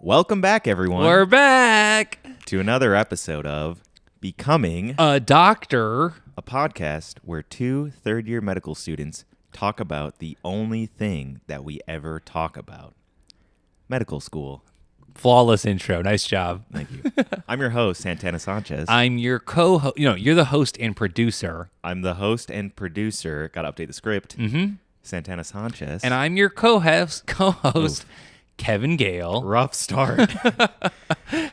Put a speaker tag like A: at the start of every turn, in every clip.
A: Welcome back, everyone,
B: We're back.
A: to another episode of Becoming
B: A doctor.
A: a podcast where two third year medical students talk about the only thing that we ever talk about medical school.
B: Flawless intro. Nice job.
A: Thank you. I'm your host, Santana Sanchez.
B: I'm your co-host. You know, you're the host and producer,
A: I'm the host and producer. Got to update the script. Santana Sanchez.
B: Mm-hmm. and I'm your co-host. Co-host Kevin Gale.
A: rough start.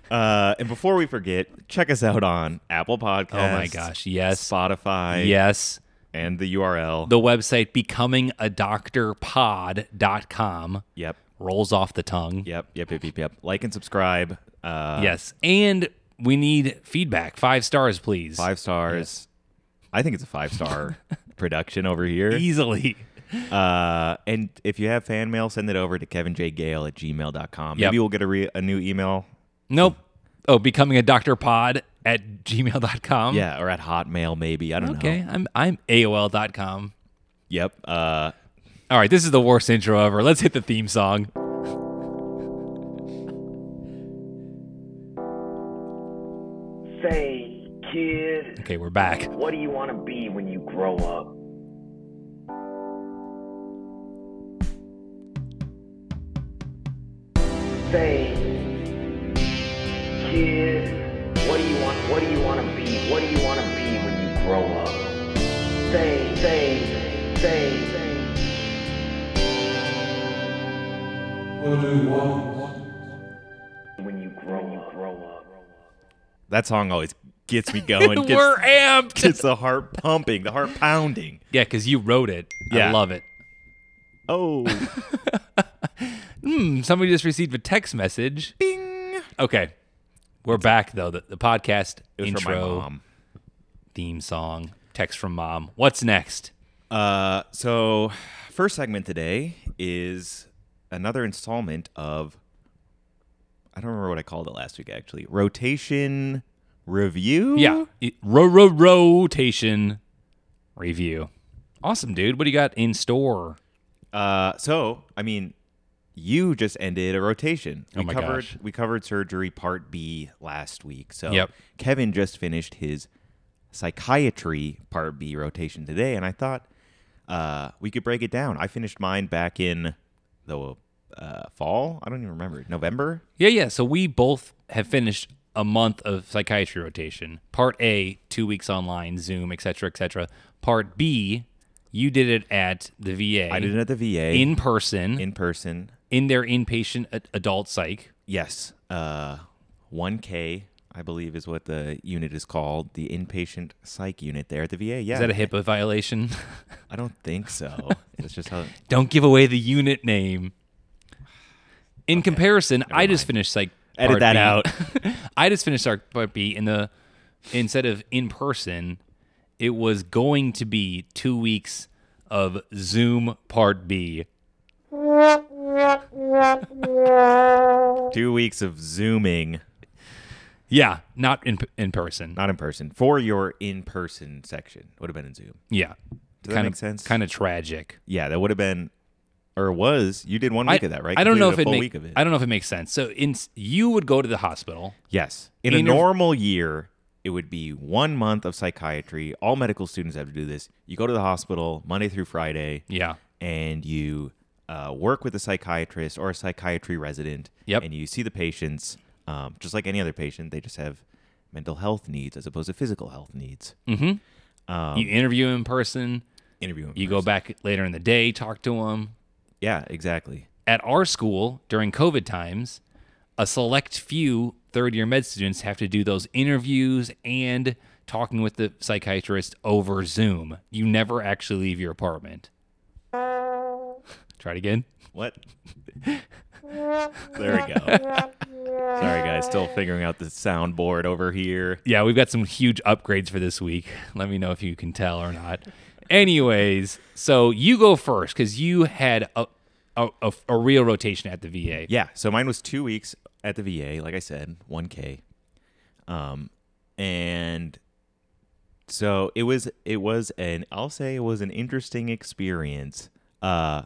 A: uh, and before we forget, check us out on Apple Podcasts.
B: Oh my gosh. Yes.
A: Spotify.
B: Yes.
A: And the URL.
B: The website becomingadoctorpod.com
A: yep.
B: rolls off the tongue.
A: Yep. Yep. Yep. Yep. Yep. Like and subscribe. Uh,
B: Yes. And we need feedback. Five stars, please.
A: Five stars. I think it's a five star production over here.
B: Easily.
A: Uh, and if you have fan mail, send it over to kevinjgale at gmail.com. Maybe
B: Yep.
A: we'll get a, re- a new email.
B: Nope. Oh, becoming a doctor pod at gmail.com.
A: Yeah. Or at Hotmail, maybe. I don't know.
B: Okay, I'm I'm AOL.com.
A: Yep. Uh,
B: All right, this is the worst intro ever. Let's hit the theme song.
C: Say, kid,
B: Okay, we're back.
C: what do you want to be when you grow up? Say, kid, what do you want? What do you want to be? What do you want to be when you grow up? Say, say, say, say.
D: What do you want?
C: When you grow, when you grow up.
A: that song always gets me going. gets,
B: we're amped.
A: gets the heart pumping, the heart pounding.
B: yeah, because you wrote it.
A: Yeah.
B: I love it.
A: Oh,
B: Hmm, somebody just received a text message.
A: bing.
B: Okay, we're back though. The, the podcast
A: It was
B: intro
A: from my mom.
B: theme song text from mom. What's next?
A: Uh, so, first segment today is another installment of I don't remember what I called it last week actually. Rotation review.
B: Yeah, it- ro ro rotation review. Awesome, dude. What do you got in store?
A: Uh, so I mean, you just ended a rotation.
B: Oh
A: we
B: my
A: covered,
B: gosh.
A: We covered surgery part B last week. So
B: Yep.
A: Kevin just finished his psychiatry part B rotation today, and I thought uh, we could break it down. I finished mine back in the uh, fall. I don't even remember November.
B: Yeah, yeah. So we both have finished a month of psychiatry rotation. Part A, two weeks online, Zoom, et cetera, et cetera. Part B, you did it at the VA.
A: I did it at the VA
B: in person in,
A: in person.
B: their inpatient a- adult psych.
A: Yes, uh, 1K. I believe is what the unit is called, the inpatient psych unit there at the VA. Yeah,
B: Is that a HIPAA violation?
A: I don't think so. it's just how
B: Don't give away the unit name. In comparison, I just finished psych.
A: Edit
B: part
A: that
B: B.
A: out.
B: I just finished psych part B, and the instead of in person, it was going to be two weeks of Zoom part B.
A: two weeks of zooming,
B: Yeah, not in in person.
A: not in person, for your in person section. Would have been in Zoom.
B: yeah,
A: Does that
B: kind
A: make sense?
B: Kind of tragic.
A: Yeah, that would have been, or was you did one week
B: I,
A: of that, right?
B: I don't know if
A: Completed
B: it,
A: a full
B: make,
A: week of it.
B: I don't know if it makes sense. So in you would go to the hospital.
A: yes, in, a
B: In a-
A: normal year, it would be one month of psychiatry. All medical students have to do this. You go to the hospital Monday through Friday,
B: Yeah.
A: and you uh, work with a psychiatrist or a psychiatry resident.
B: Yep.
A: And you see the patients, um, just like any other patient. They just have mental health needs as opposed to physical health needs.
B: Mm.
A: Um,
B: you interview him in person.
A: Interview them
B: You
A: first.
B: go back later in the day, talk to him.
A: Yeah, exactly.
B: At our school during COVID times, a select few third year med students have to do those interviews and talking with the psychiatrist over Zoom. You never actually leave your apartment. Try it again.
A: What? there we go. Sorry, guys. Still figuring out the soundboard over here.
B: Yeah, we've got some huge upgrades for this week. Let me know if you can tell or not. Anyways, so you go first because you had a, a, a, a real rotation at the VA.
A: Yeah. So mine was two weeks at the VA, like I said, 1K. Um, and so it was, it was an, I'll say it was an interesting experience. Uh,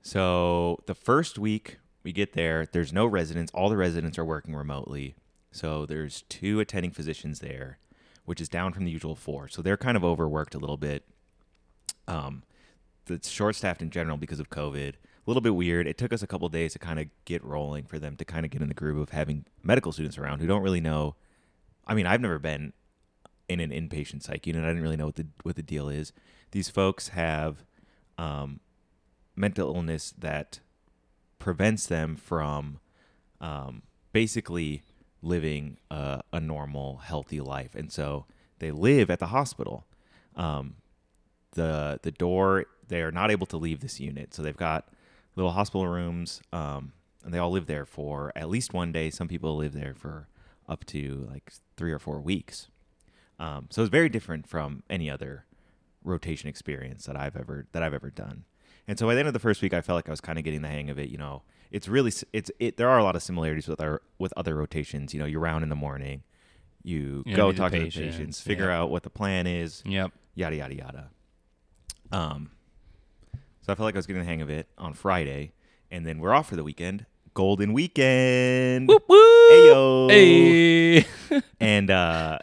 A: so the first week We get there. There's no residents. All the residents are working remotely. So there's two attending physicians there, which is down from the usual four. So they're kind of overworked a little bit. Um, it's short staffed in general because of COVID. A little bit weird. It took us a couple days to kind of get rolling for them to kind of get in the groove of having medical students around who don't really know. I mean, I've never been in an inpatient psych unit. I didn't really know what the what the deal is. These folks have um, mental illness that prevents them from um, basically living a, a normal, healthy life, and so they live at the hospital. Um, the the door they are not able to leave this unit, so they've got little hospital rooms, um, and they all live there for at least one day. Some people live there for up to like three or four weeks. Um, so it's very different from any other rotation experience that I've ever that I've ever done. And so by the end of the first week, I felt like I was kind of getting the hang of it. You know, it's really s- it's it. There are a lot of similarities with our with other rotations. You know, you're round in the morning, you
B: Interview
A: go
B: the
A: talk to the
B: patients,
A: patients, figure out what the plan is,
B: Yep.
A: yada yada yada. Um, so I felt like I was getting the hang of it on Friday, and then we're off for the weekend. Golden weekend.
B: Whoop whoop.
A: Ayo.
B: Hey.
A: and uh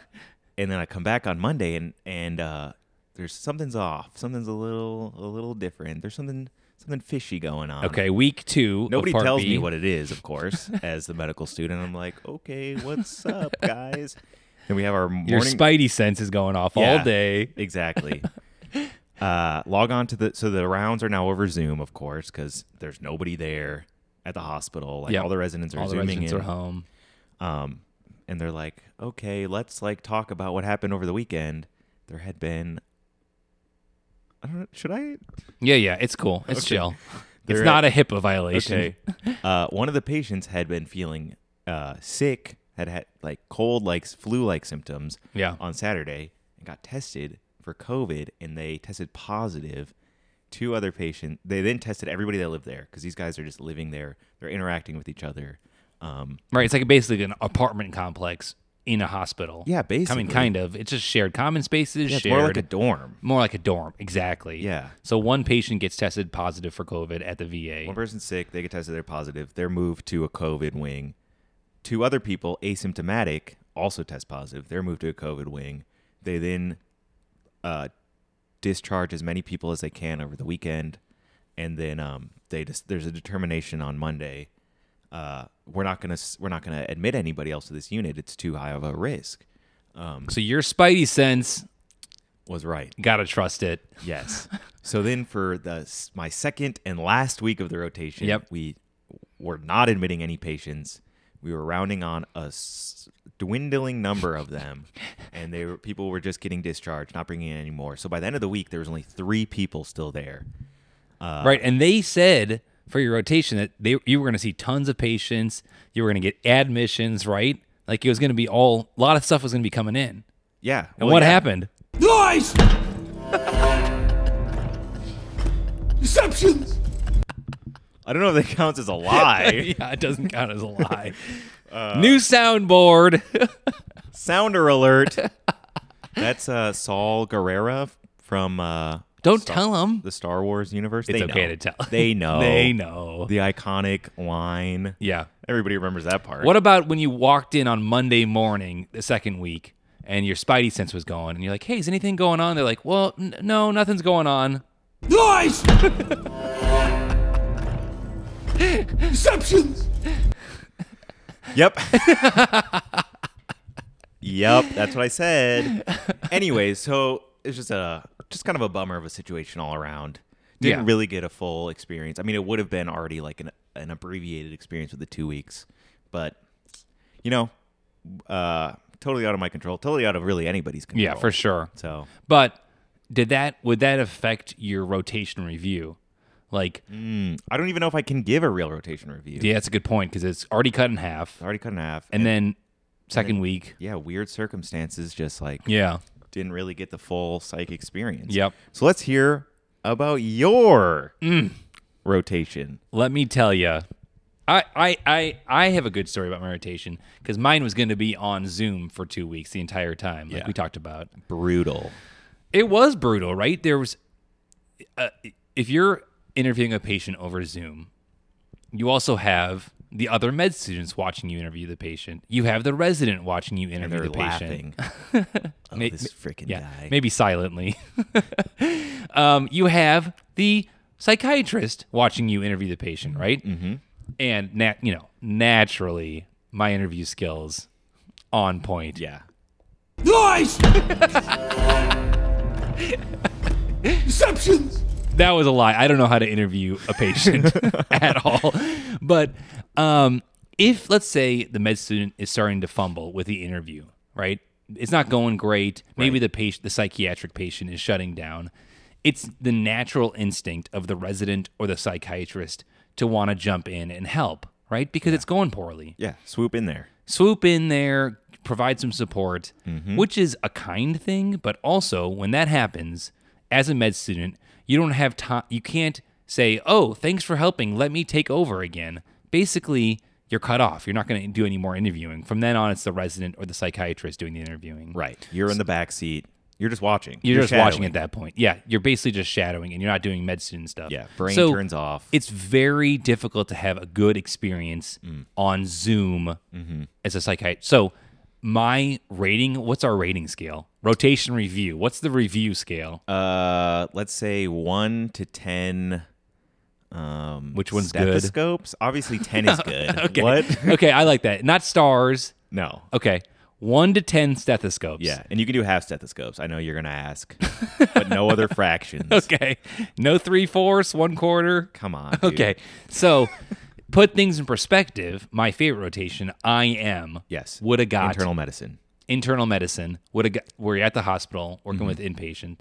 A: and then I come back on Monday and and uh there's something's off. Something's a little a little different. There's something something fishy going on.
B: okay, week two.
A: Nobody
B: of part
A: tells
B: B.
A: me what it is, of course, as the medical student. I'm like, "Okay, what's up, guys?" And we have our morning
B: Your spidey sense is going off
A: Yeah,
B: all day.
A: Exactly. uh log on to the so the rounds are now over Zoom, of course, cuz there's nobody there at the hospital. Like
B: Yep.
A: all the residents are
B: All the
A: zooming
B: residents
A: in.
B: are home.
A: um, and they're like, okay, let's like talk about what happened over the weekend. There had been, I don't know, should I?
B: Yeah, yeah, it's cool. It's
A: Okay.
B: chill.
A: They're
B: it's not a HIPAA violation.
A: uh, one of the patients had been feeling uh, sick, had had like cold, like flu like symptoms
B: Yeah.
A: on Saturday and got tested for COVID and they tested positive. Two other patients, they then tested everybody that lived there because these guys are just living there. They're interacting with each other. Um,
B: Right. It's like basically an apartment complex in a hospital.
A: Yeah,
B: I mean,
A: basically.
B: kind of. It's just shared common spaces.
A: yeah, it's
B: shared,
A: more like a dorm.
B: more like a dorm. Exactly.
A: Yeah.
B: So one patient gets tested positive for COVID at the VA.
A: One person's sick, they get tested, they're positive, they're moved to a COVID wing. Two other people, asymptomatic, also test positive, they're moved to a COVID wing. They then uh, discharge as many people as they can over the weekend, and then um, they just there's a determination on Monday. Uh, we're not gonna s- we're not gonna admit anybody else to this unit. It's too high of a risk.
B: So your spidey sense
A: Was right.
B: gotta trust it.
A: Yes. so then for the my second and last week of the rotation,
B: Yep.
A: we were not admitting any patients. We were rounding on a s- dwindling number of them, and they were, people were just getting discharged, not bringing in any more. So by the end of the week, there was only three people still there.
B: right. And they said for your rotation that they you were gonna see tons of patients. You were gonna get admissions. Right. Like it was gonna be all a lot of stuff was gonna be coming in.
A: Yeah.
B: And
A: Well,
B: what
A: yeah.
B: happened?
E: Lies! Deceptions!
A: I don't know if that counts as a lie.
B: yeah, it doesn't count as a lie. New soundboard.
A: Sounder alert. That's uh, Saul Guerrera from uh,
B: Don't tell them.
A: the Star Wars universe.
B: It's
A: They
B: okay
A: know.
B: to tell.
A: They know.
B: They know.
A: the iconic line.
B: Yeah.
A: Everybody remembers that part.
B: What about when you walked in on Monday morning, the second week, and your spidey sense was going, and you're like, "Hey, is anything going on?" They're like, "Well, n- no, nothing's going on."
E: Lies! Deceptions!
A: Yep. yep, that's what I said. Anyway, so it's just a just kind of a bummer of a situation all around. Didn't
B: Yeah.
A: really get a full experience. I mean, it would have been already like an an abbreviated experience with the two weeks, but you know, uh, totally out of my control. Totally out of really anybody's control.
B: Yeah, for sure.
A: So
B: But did that would that affect your rotation review? Like,
A: I don't even know if I can give a real rotation review.
B: yeah, that's a good point because it's already cut in half,
A: Already cut in half,
B: and then second week,
A: yeah, weird circumstances, just like
B: yeah,
A: didn't really get the full psych experience.
B: Yep. Mm.
A: So let's hear about your rotation.
B: Let me tell you, I, I I I have a good story about my rotation because mine was going to be on Zoom for two weeks the entire time, like
A: Yeah.
B: we talked about.
A: Brutal.
B: It was brutal, right? There was, uh, if you're interviewing a patient over Zoom, You also have the other med students watching you interview the patient. You have the resident watching you
A: and
B: interview
A: they're
B: the patient.
A: laughing. oh,
B: May-
A: this freaking
B: Yeah,
A: guy.
B: maybe silently. um, you have the psychiatrist watching you interview the patient, right? Mm-hmm. And nat- you know, naturally, my interview skills on point.
A: Yeah.
B: That was a lie. I don't know how to interview a patient at all. But um, if, let's say, the med student is starting to fumble with the interview, right? It's not going great. Maybe the patient, the psychiatric patient, is shutting down. It's the natural instinct of the resident or the psychiatrist to want to jump in and help, right? Because it's going poorly
A: Yeah. Swoop in there.
B: swoop in there, provide some support, which is a kind thing. But also, when that happens, as a med student, you don't have time. You can't say, "Oh, thanks for helping. Let me take over again." Basically, you're cut off. You're not going to do any more interviewing. From then on, it's the resident or the psychiatrist doing the interviewing.
A: Right. You're in the back seat. You're just watching.
B: You're, just watching
A: shadowing.
B: at that point. Yeah, you're basically just shadowing, and you're not doing med student stuff.
A: Yeah. Brain
B: So,
A: turns off.
B: it's very difficult to have a good experience
A: Mm.
B: on Zoom
A: Mm-hmm.
B: as a psychiatrist. So, my rating, what's our rating scale? Rotation review. What's the review scale?
A: uh, let's say one to ten. Um,
B: Which one's good?
A: stethoscopes? Obviously, ten is good.
B: Okay.
A: What?
B: okay, I like that. Not stars.
A: No.
B: Okay. 1 to 10 stethoscopes.
A: Yeah, and you can do half stethoscopes. I know you're gonna ask, but no other fractions.
B: Okay. No three fourths, one quarter.
A: Come on. dude.
B: Okay. So, put things in perspective. My favorite rotation, I am.
A: Yes.
B: Would have got
A: Internal medicine.
B: internal medicine would have got were you at the hospital
A: Mm-hmm.
B: working with inpatient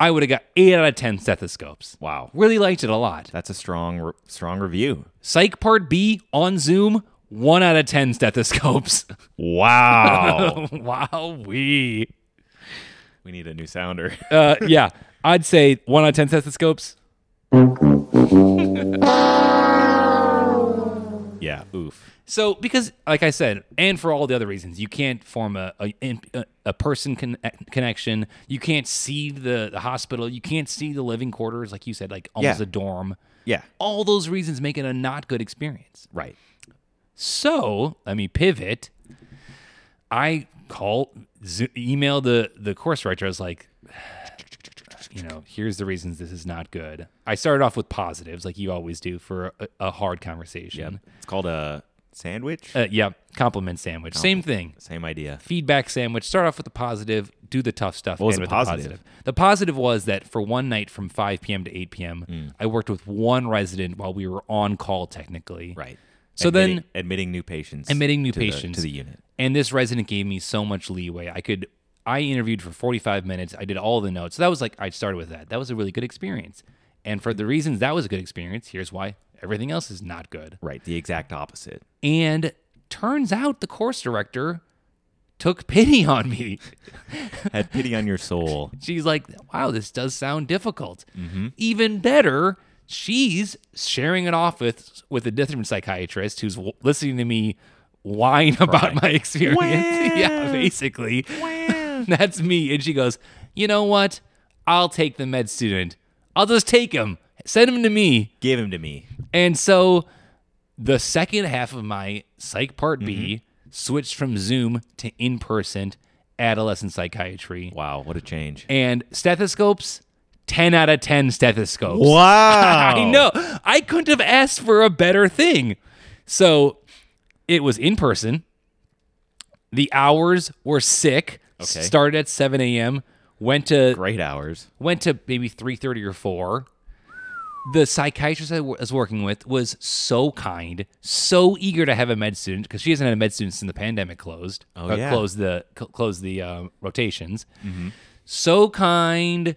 B: i would have got 8 out of 10 stethoscopes
A: Wow.
B: really liked it a lot
A: That's a strong, re- strong review.
B: psych part b on zoom 1 out of 10 stethoscopes
A: Wow.
B: wow we
A: we need a new sounder.
B: uh, yeah i'd say 1 out of 10 stethoscopes
A: yeah. Oof.
B: so because like i said and for all the other reasons you can't form a a, a- a person con- connection you can't see the, the hospital you can't see the living quarters like you said like almost
A: Yeah.
B: a dorm
A: Yeah.
B: all those reasons make it a not good experience
A: Right.
B: So let me pivot. I call, zo- email the the course writer. I was like, you know, here's the reasons this is not good. I started off with positives, like you always do for a, a hard conversation.
A: It's called a sandwich.
B: Uh, yeah, compliment sandwich. Same thing.
A: Same idea.
B: Feedback sandwich. Start off with the positive. Do the tough stuff.
A: What was the
B: end with
A: positive?
B: The positive was that for one night from 5 p.m. to 8 p.m.,
A: Mm.
B: I worked with one resident while we were on call technically.
A: Right.
B: So
A: Admitting-
B: then-
A: admitting new patients.
B: admitting new
A: to the-
B: patients
A: to the unit.
B: And this resident gave me so much leeway. I could I interviewed for 45 minutes. I did all the notes. So that was like I started with that. That was a really good experience. And for the reasons that was a good experience, here's why everything else is not good.
A: Right. The exact opposite.
B: And turns out the course director took pity on me.
A: Had pity on your soul.
B: She's like, wow, this does sound difficult. Even better, she's sharing it off with with a different psychiatrist who's w- listening to me whine about my experience. yeah, basically. That's me. And she goes, you know what? I'll take the med student. I'll just take him. Send him to me.
A: Give him to me.
B: And so the second half of my psych part B switched from Zoom to in person adolescent psychiatry
A: Wow. What a change.
B: and stethoscopes 10 out of 10 stethoscopes
A: Wow.
B: i know i couldn't have asked for a better thing so it was in person the hours were sick
A: Okay.
B: started at 7 a.m went to
A: Great hours.
B: went to maybe 3.30 or 4 the psychiatrist i wa- was working with was so kind so eager to have a med student because she hasn't had a med student since the pandemic closed
A: Oh,
B: uh,
A: yeah. Mm-hmm.
B: closed the cl- closed the uh, rotations so kind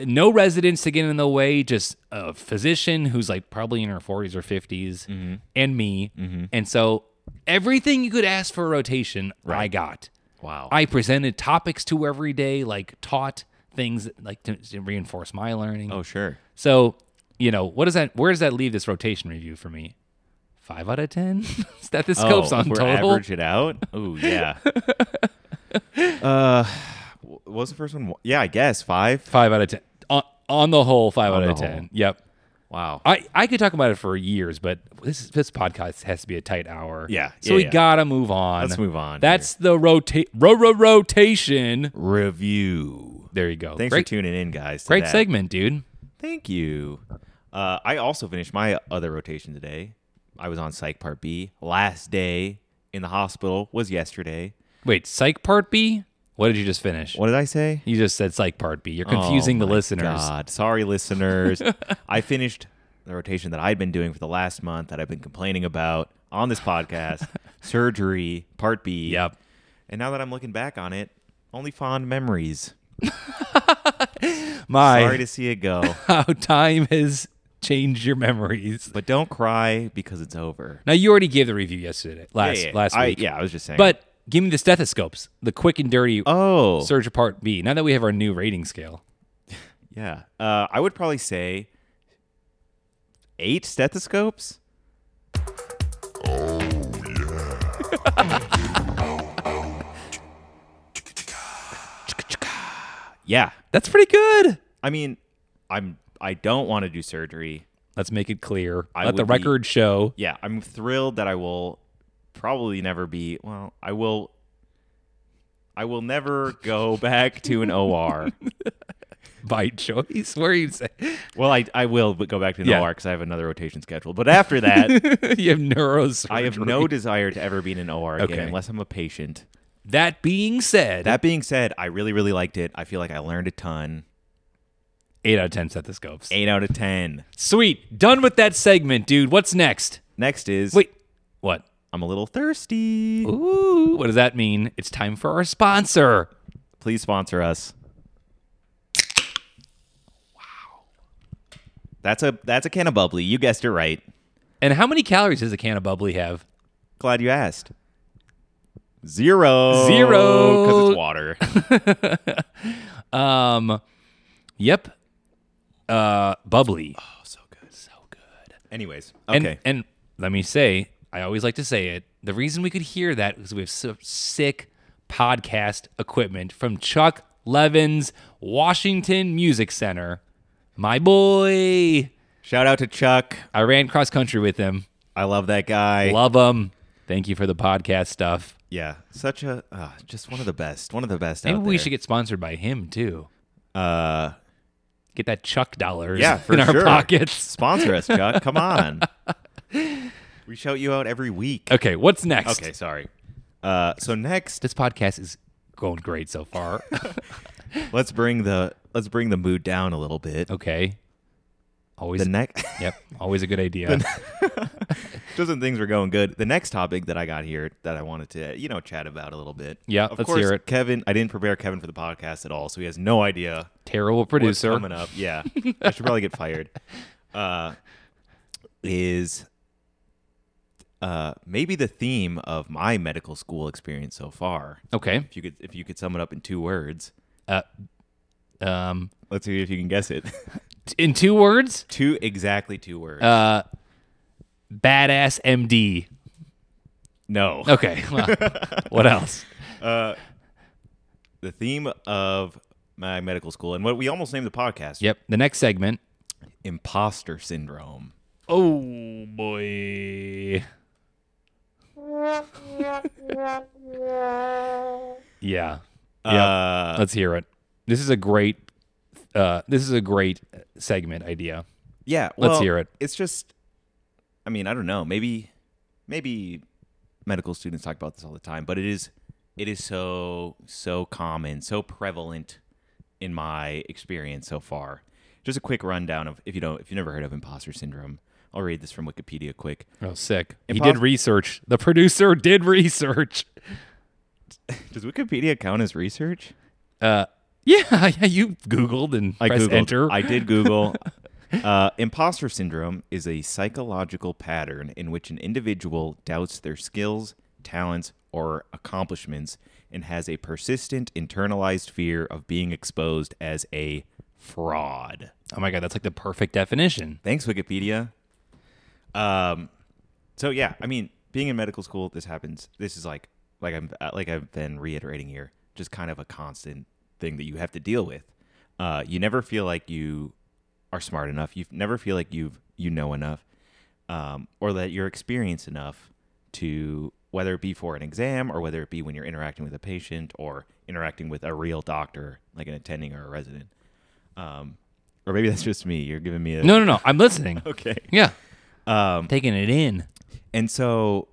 B: no residents to get in the way just a physician who's like probably in her 40s or 50s
A: Mm-hmm.
B: and me and so everything you could ask for a rotation i got
A: Wow.
B: I presented topics to every day, like taught things like to, to reinforce my learning.
A: oh sure.
B: So, you know, what does that where does that leave this rotation review for me? Five out of ten stethoscopes
A: oh,
B: on
A: we're
B: total.
A: average it out. Oh yeah. uh, wh- what was the first one? Yeah, I guess five.
B: Five out of ten on, on the whole. Five out
A: the
B: of
A: whole.
B: ten. Yep.
A: Wow.
B: I, I could talk about it for years, but this this podcast has to be a tight hour.
A: Yeah,
B: So
A: yeah,
B: we
A: yeah.
B: gotta move on.
A: Let's move on
B: That's the rotate ro- ro- rotation.
A: Review.
B: There you go.
A: Thanks
B: great
A: for tuning in, guys. to
B: great
A: that.
B: segment, dude.
A: Thank you. Uh, I also finished my other rotation today. I was on Psych Part B. Last day in the hospital was yesterday.
B: Wait, psych part B? What did you just finish?
A: What did I say?
B: You just said psych part B. You're confusing
A: Oh
B: the
A: my
B: listeners.
A: God. Sorry, listeners. I finished the rotation that I'd been doing for the last month that I've been complaining about on this podcast surgery, part B.
B: Yep.
A: And now that I'm looking back on it, only fond memories.
B: My
A: Sorry to see it go,
B: how time has changed your memories.
A: but don't cry because it's over.
B: Now you already gave the review yesterday last
A: Yeah, yeah,
B: last
A: I-
B: week.
A: yeah, I was just saying.
B: But give me the stethoscopes, the quick and dirty
A: oh,
B: Surge Part B. Now that we have our new rating scale,
A: yeah. Uh, I would probably say eight stethoscopes. Oh yeah. yeah.
B: that's pretty good.
A: I mean, I'm. I don't want to do surgery.
B: Let's make it clear.
A: I
B: Let the
A: would be-
B: record show.
A: Yeah, I'm thrilled that I will probably never be. Well, I will. I will never go back to an OR.
B: by choice. Where are you saying
A: Well, I, I will but go back to an
B: Yeah.
A: OR because I have another rotation scheduled. But after that,
B: you have neurosurgery?
A: I have no desire to ever be in an OR again
B: Okay.
A: unless I'm a patient.
B: That being said,
A: That being said, I really, really liked it. I feel like I learned a ton.
B: eight out of ten stethoscopes.
A: Eight out of 10.
B: Sweet. Done with that segment, dude. What's next?
A: Next is
B: Wait, what?
A: I'm a little thirsty.
B: Ooh, what does that mean? It's time for our sponsor.
A: Please sponsor us. Wow. That's a that's a can of bubbly. You guessed it right.
B: And how many calories does a can of bubbly have?
A: Glad you asked. Zero.
B: Zero.
A: Because it's water.
B: Um, yep. Uh, bubbly.
A: oh, so good.
B: So good.
A: Anyways,
B: And,
A: okay.
B: and let me say, I always like to say it. The reason we could hear that is we have so sick podcast equipment from Chuck Levin's Washington Music Center. My boy.
A: Shout out to Chuck.
B: I ran cross country with him.
A: I love that guy.
B: Love him. Thank you for the podcast stuff.
A: yeah, such a uh, just one of the best. One of the best.
B: Maybe
A: out
B: we
A: there.
B: should get sponsored by him too.
A: Uh,
B: Get that Chuck dollars
A: yeah, for
B: in our
A: sure.
B: pockets.
A: Sponsor us, Chuck. Come on. we shout you out every week.
B: Okay, what's next?
A: Okay, sorry. Uh, so next,
B: This podcast is going great so far.
A: let's bring the let's bring the mood down a little bit.
B: okay. Always
A: The next,
B: Yep, always a good idea.
A: just when things were going good. The next topic that I got here that I wanted to you know chat about a little bit.
B: Yeah,
A: of
B: let's
A: course,
B: hear it.
A: Kevin. I didn't prepare Kevin for the podcast at all, so he has no idea
B: Terrible
A: what's
B: producer.
A: coming up. Yeah, I should probably get fired. Uh, is uh maybe the theme of my medical school experience so far.
B: Okay.
A: If you could, if you could sum it up in two words,
B: Uh, um,
A: let's see if you can guess it.
B: t- in two words,
A: two exactly two words.
B: uh, badass MD.
A: no.
B: Okay. well, what else?
A: the theme of my medical school and what we almost named the podcast
B: Yep. The next segment.
A: imposter syndrome
B: Oh boy. yeah.
A: uh,
B: Let's hear it. This is a great. Uh, this is a great segment idea.
A: yeah
B: Let's
A: well,
B: hear it.
A: it's just i mean i don't know maybe maybe medical students talk about this all the time but it is it is so so common so prevalent in my experience so far just a quick rundown of if you don't if you've never heard of imposter syndrome i'll read this from wikipedia quick
B: Oh, sick. he
A: Impos-
B: did research. The producer did research.
A: does wikipedia count as research
B: Uh, yeah, yeah. You googled and
A: I
B: pressed
A: googled.
B: enter.
A: I did Google. uh, imposter syndrome is a psychological pattern in which an individual doubts their skills, talents, or accomplishments and has a persistent internalized fear of being exposed as a fraud.
B: oh my god, that's like the perfect definition.
A: Thanks, Wikipedia. Um, so yeah, I mean, being in medical school, this happens. This is like, like I'm, uh, like I've been reiterating here, just kind of a constant thing that you have to deal with. Uh, you never feel like you are smart enough. You never feel like you've you know enough, um, or that you're experienced enough to whether it be for an exam or whether it be when you're interacting with a patient or interacting with a real doctor, like an attending or a resident. Um, or maybe that's just me. You're giving me a
B: No, no, no. I'm listening.
A: Okay.
B: Yeah.
A: Um,
B: Taking it in.
A: and so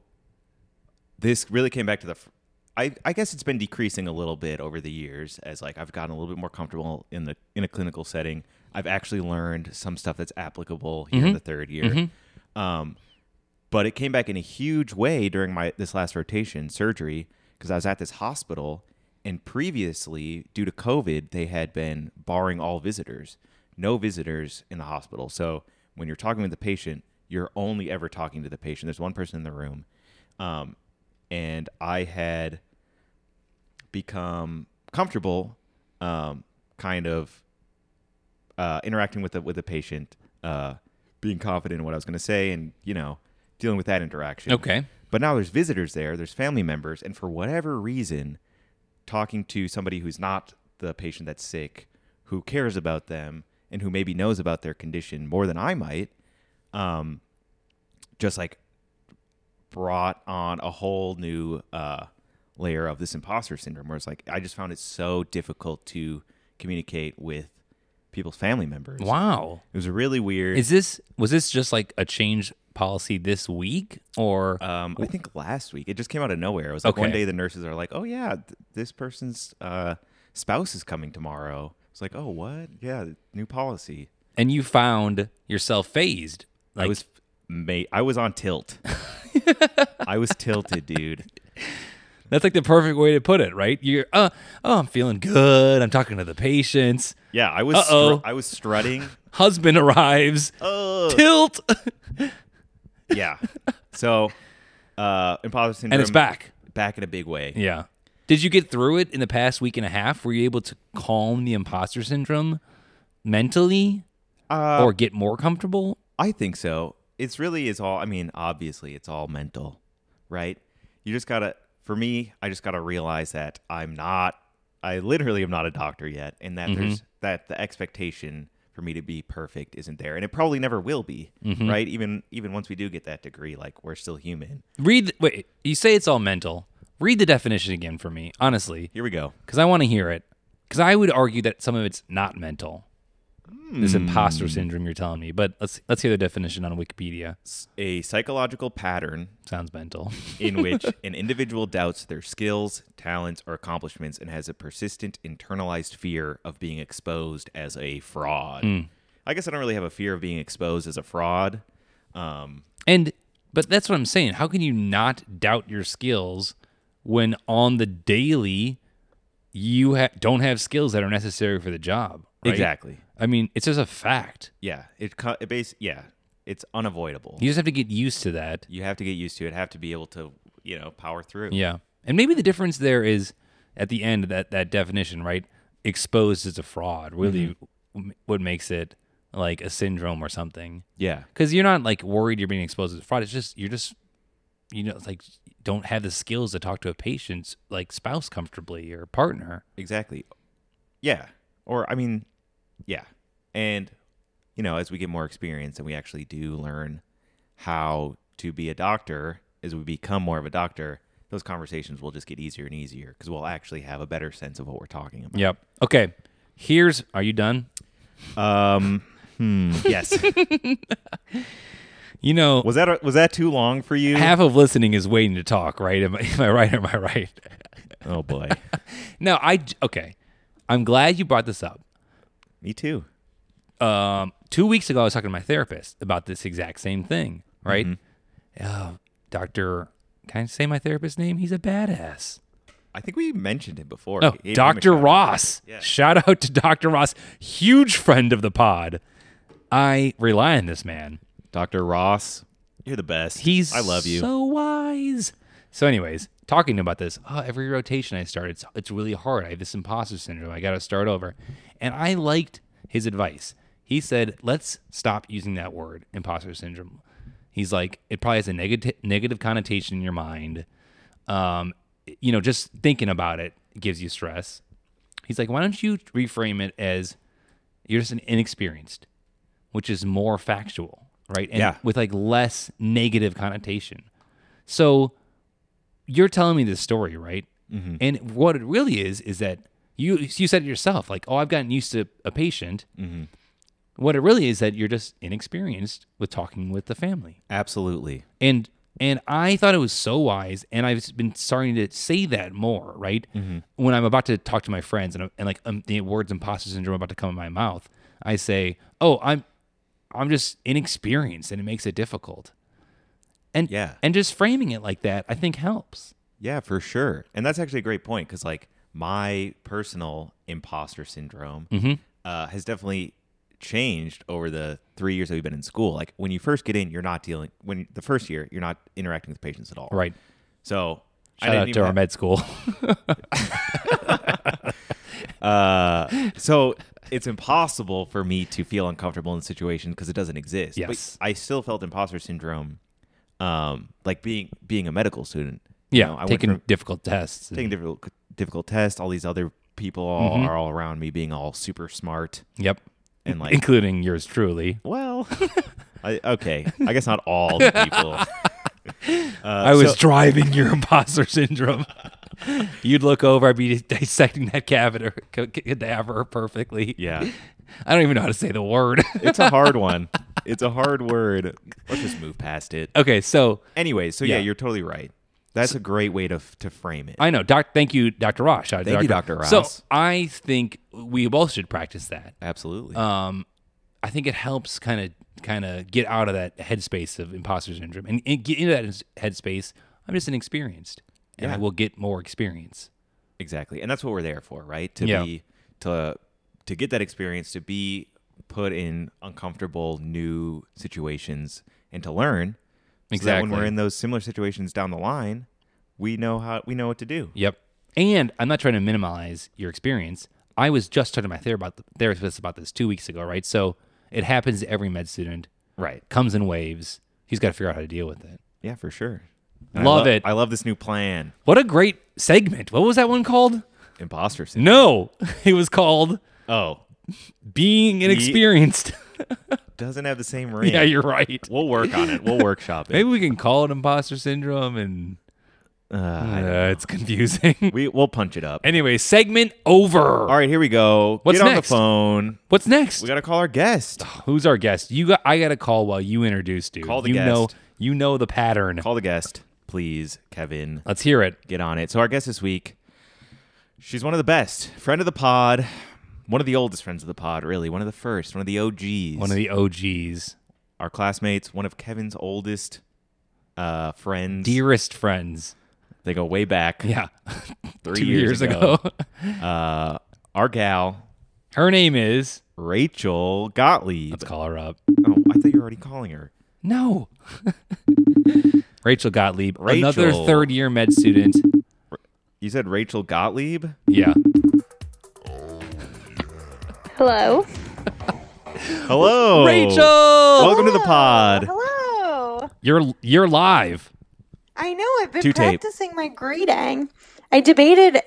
A: this really came back to the. f- I, I guess it's been decreasing a little bit over the years as like I've gotten a little bit more comfortable in the in a clinical setting. I've actually learned some stuff that's applicable here in the third year. Um, but it came back in a huge way during my this last rotation surgery because I was at this hospital and previously due to COVID they had been barring all visitors, no visitors in the hospital. So when you're talking with the patient, you're only ever talking to the patient. There's one person in the room, um, and I had become comfortable, um, kind of uh, interacting with the with the patient, uh, being confident in what I was going to say, and you know, dealing with that interaction.
B: Okay.
A: But now there's visitors there, there's family members, and for whatever reason, talking to somebody who's not the patient that's sick, who cares about them, and who maybe knows about their condition more than I might, um, just like brought on a whole new uh, layer of this imposter syndrome where it's like I just found it so difficult to communicate with people's family members.
B: Wow.
A: It was really weird.
B: Is this was this just like a change policy this week or
A: um, I think last week it just came out of nowhere. It was like one
B: Okay.
A: day the nurses are like, "Oh yeah, th- this person's uh, spouse is coming tomorrow." It's like, "Oh what? Yeah, new policy."
B: and you found yourself phased? Like
A: I was mate. I was on tilt. I was tilted, dude.
B: that's like the perfect way to put it, right? You're uh oh, I'm feeling good. I'm talking to the patients.
A: Yeah, I was.
B: Uh-oh. Uh.
A: Str- I was strutting.
B: Husband arrives.
A: Oh,
B: Tilt.
A: yeah. So, uh, imposter syndrome,
B: and it's back.
A: back in a big way.
B: Yeah. Did you get through it in the past week and a half? Were you able to calm the imposter syndrome mentally
A: Uh,
B: or get more comfortable?
A: I think so. It's really is all. I mean, obviously, it's all mental, right? You just gotta. For me, I just gotta realize that I'm not. I literally am not a doctor yet, and that there's that the expectation for me to be perfect isn't there, and it probably never will be, right? Even even once we do get that degree, like we're still human.
B: Read wait, you say it's all mental. Read the definition again for me, honestly,
A: Here we go.
B: cuz I want to hear it. Cuz I would argue that some of it's not mental. This imposter syndrome you're telling me, but let's let's hear the definition on Wikipedia.
A: S- A psychological pattern
B: Sounds mental.
A: in which an individual doubts their skills, talents, or accomplishments and has a persistent internalized fear of being exposed as a fraud. I guess I don't really have a fear of being exposed as a fraud. Um,
B: And but that's what I'm saying. How can you not doubt your skills when on the daily you ha- don't have skills that are necessary for the job? right?
A: Exactly.
B: I mean, it's just a fact.
A: Yeah. It, co- it base. Yeah. It's unavoidable.
B: You just have to get used to that.
A: You have to get used to it. Have to be able to, you know, power through.
B: Yeah. And maybe the difference there is at the end of that that definition, right? Exposed as a fraud really m- what makes it like a syndrome or something.
A: Yeah.
B: because you're not like worried you're being exposed to fraud. It's just you're just you know like don't have the skills to talk to a patient's like spouse comfortably or partner.
A: Exactly. Yeah. Or I mean, yeah. And you know, as we get more experience and we actually do learn how to be a doctor, as we become more of a doctor, those conversations will just get easier and easier because we'll actually have a better sense of what we're talking about.
B: Yep. Okay. Here's are you done?
A: Um. Hmm. Yes.
B: You know,
A: was that was that too long for you?
B: half of listening is waiting to talk. Right? Am I, am I right? Am I right?
A: oh boy.
B: No, I j- okay. I'm glad you brought this up.
A: Me too.
B: um, two weeks ago, I was talking to my therapist about this exact same thing, right?
A: Mm-hmm.
B: Oh, doctor, can I say my therapist's name? He's a badass.
A: I think we mentioned it before.
B: Oh,
A: Gave him a
B: Dr.
A: shout out.
B: Ross. Shout out to Dr. Ross, huge friend of the pod. I rely on this man.
A: Dr. Ross. You're the best.
B: He's
A: I love you.
B: So wise. So, anyways, talking about this, oh, every rotation I start, it's it's really hard. I have this imposter syndrome. I got to start over, and I liked his advice. He said, "Let's stop using that word, imposter syndrome." He's like, it probably has a negative negative connotation in your mind. Um, you know, just thinking about it gives you stress. He's like, why don't you reframe it as you're just an inexperienced. which is more factual, right? And
A: Yeah.
B: with like less negative connotation. So you're telling me this story, right? And what it really is is that you you said it yourself, like, oh, I've gotten used to a patient. What it really is that you're just inexperienced with talking with the family
A: Absolutely.
B: and and I thought it was so wise, and I've been starting to say that more, right? When I'm about to talk to my friends, and, I'm- and like um, the words imposter syndrome are about to come in my mouth, I say, "Oh, I'm, I'm just inexperienced, and it makes it difficult." And
A: Yeah.
B: and just framing it like that, I think helps.
A: Yeah, for sure. And that's actually a great point because, like, my personal imposter syndrome
B: Mm-hmm.
A: uh, has definitely changed over the three years that we've been in school. Like, when you first get in, you're not dealing, when the first year, you're not interacting with patients at all.
B: Right.
A: So, I
B: Shout
A: didn't
B: out to
A: even
B: our
A: have-
B: med school.
A: Uh, so it's impossible for me to feel uncomfortable in the situation because it doesn't exist.
B: Yes.
A: But I still felt imposter syndrome, um, like being being a medical student. you
B: yeah,
A: know, I went
B: taking
A: from
B: difficult tests. and-
A: taking difficult difficult tests. All these other people all, are all around me being all super smart
B: yep,
A: and like
B: including yours truly.
A: well. I, okay, I guess not all the people.
B: I was
A: so-
B: driving your imposter syndrome. You'd look over, I'd be dissecting that catheter, ca- cadaver perfectly.
A: Yeah,
B: I don't even know how to say the word.
A: it's a hard one. It's a hard word. Let's just move past it.
B: okay, so
A: Anyway, so yeah,
B: Yeah.
A: you're totally right. That's a great way to f- to frame it.
B: I know. Doc, thank you, Dr. Ross. Shout out to
A: Thank you, Dr.
B: So
A: Ross.
B: I think we both should practice that.
A: Absolutely.
B: um, I think it helps kind of kind of get out of that headspace of imposter syndrome and, and get into that ins- headspace. I'm just inexperienced, and I
A: Yeah.
B: will get more experience.
A: Exactly. And that's what we're there for, right? To
B: Yeah.
A: be to to get that experience, to be put in uncomfortable new situations and to learn. So that when we're
B: Exactly.
A: in those similar situations down the line, we know how we know what to do.
B: Yep. And I'm not trying to minimize your experience. I was just talking to my ther- about- therapist about this two weeks ago, right? So it happens to every med student,
A: Right.
B: comes in waves. He's got to figure out how to deal with it.
A: Yeah, for sure. I
B: Love
A: lo-
B: it.
A: I love this new plan.
B: What a great segment. What was that one called?
A: Imposter syndrome.
B: No, it was called
A: Oh.
B: Being Inexperienced.
A: Doesn't have the same ring.
B: yeah, you're right.
A: we'll work on it. We'll workshop it.
B: Maybe we can call it imposter syndrome and
A: Uh, I-
B: uh, it's confusing.
A: we we'll punch it up.
B: anyway, segment over.
A: All right, here we go.
B: What's
A: Get on
B: next?
A: the phone.
B: What's next?
A: We got to call our guest.
B: Who's our guest? You got I got a call while you introduce dude.
A: Call the
B: you
A: guest.
B: know you know the pattern.
A: Call the guest, please, Kevin.
B: Let's hear it.
A: get on it. So our guest this week, she's one of the best, friend of the pod, one of the oldest friends of the pod, really, one of the first, one of the OGs,
B: One of the OGs,
A: our classmates, one of Kevin's oldest uh, friends.
B: dearest friends.
A: They go way back.
B: Yeah,
A: three
B: two years, ago.
A: Uh, our gal
B: her name is.
A: Rachel Gottlieb.
B: Let's call her up.
A: Oh, I thought you were already calling her.
B: No, Rachel Gottlieb, another
A: Rachel.
B: third-year med student.
A: You said Rachel Gottlieb.
B: Yeah,
E: Hello.
A: Hello,
B: Rachel.
A: Welcome to the pod.
E: Hello.
B: You're you're live.
E: I know I've been
A: Two tape.
E: practicing my greeting. I debated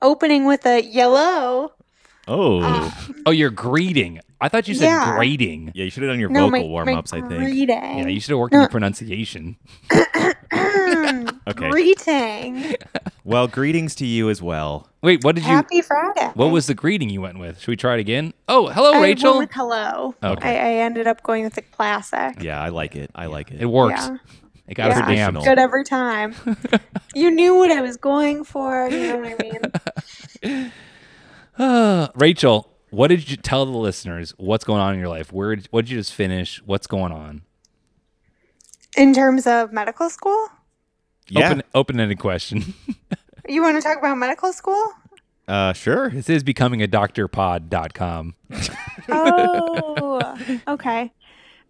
E: opening with a yellow.
A: Oh,
E: Ah.
B: Oh, you're greeting. I thought you said
E: Yeah.
B: grading.
A: yeah. You should have done your
E: No,
A: vocal
E: my,
A: warm
E: my
A: ups. I think.
E: greeting.
B: Yeah, you should have worked on your pronunciation.
A: Okay.
E: Greeting.
A: well, greetings to you as well.
B: Wait, what did you?
E: Happy Friday.
B: What was the greeting you went with? Should we try it again? Oh, hello,
E: I went
B: Rachel.
E: with hello.
B: Okay.
E: I, I ended up going with the classic.
A: Yeah, I like it. I like it.
B: It works.
E: Yeah.
B: It got us
E: Yeah.
B: damn.
A: Traditional.
E: Good every time. you knew what I was going for. You know what I mean?
B: Uh, Rachel, what did you tell the listeners? What's going on in your life? Where did- what did you just finish? What's going on?
E: In terms of medical school,
A: Yeah.
B: Open open-ended question.
E: you want to talk about medical school?
A: Uh, sure.
B: this is becoming a doctorpod.com.
E: oh, okay.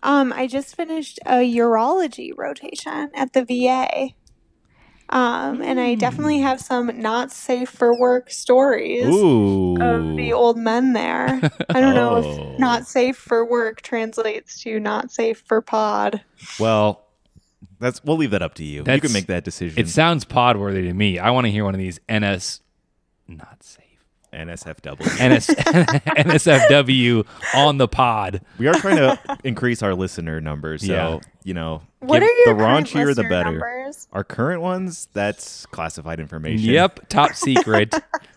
E: Um, I just finished a urology rotation at the VA. Um, and
A: Hmm.
E: I definitely have some not safe for work stories
A: Ooh.
E: of the old men there. I don't know
A: Oh.
E: if not safe for work translates to not safe for pod.
A: Well, that's we'll leave that up to you. you
B: That's-
E: Mm-hmm.
A: can make that decision.
B: It sounds pod worthy to me. I want to hear one of these NS not safe
A: NSFW.
B: NS- NSFW on the pod.
A: we are trying to increase our listener numbers, so
B: Yeah.
A: you know,
E: What
A: give-
E: are your
A: the
E: current
A: raunchier the
E: listener
A: better.
E: Numbers?
A: Our current ones, that's classified information.
B: Yep, top secret.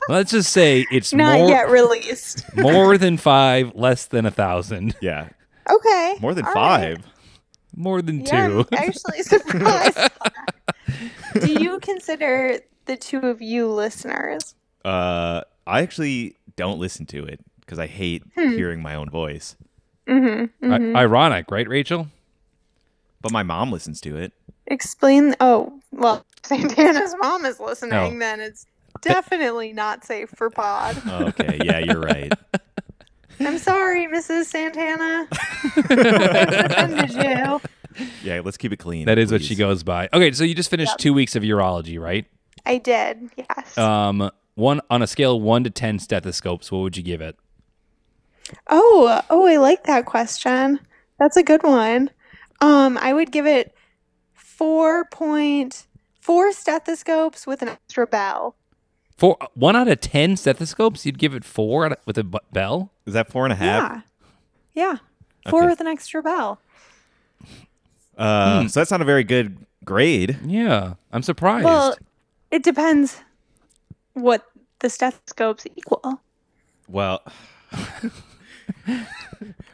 B: Let's just say it's
E: Not
B: more
E: yet released.
B: more than five, less than a thousand,
A: Yeah.
E: Okay.
A: More than
E: all right.
A: five.
B: more than
E: Yeah,
B: two.
E: I'm actually surprised. by that. Do you consider the two of you listeners?
A: Uh, I actually don't listen to it because I hate
E: Hmm.
A: hearing my own voice.
E: Mm-hmm.
B: I- ironic, right, Rachel?
A: But my mom listens to it.
E: Explain. Oh, well, Santana's mom is listening.
B: Oh.
E: Then it's definitely not safe for pod.
A: Oh, Okay, yeah, you're right.
E: I'm sorry, Mrs. Santana. Offended you.
A: Yeah, let's keep it clean.
B: That is what she
A: please.
B: goes by. Okay, so you just finished
E: Yep.
B: two weeks of urology, right?
E: I did. Yes.
B: Um, one on a scale of one to ten stethoscopes, what would you give it?
E: Oh, oh, I like that question. That's a good one. Um, I would give it four point four stethoscopes with an extra bell.
B: Four, one out of ten stethoscopes, you'd give it four out of, with a bu- bell.
A: Is that four and a half?
E: Yeah. Yeah. Four
A: Okay.
E: with an extra bell.
A: Uh,
B: Hmm.
A: So that's not a very good grade.
B: Yeah, I'm surprised.
E: Well, it depends what the stethoscopes equal.
A: Well,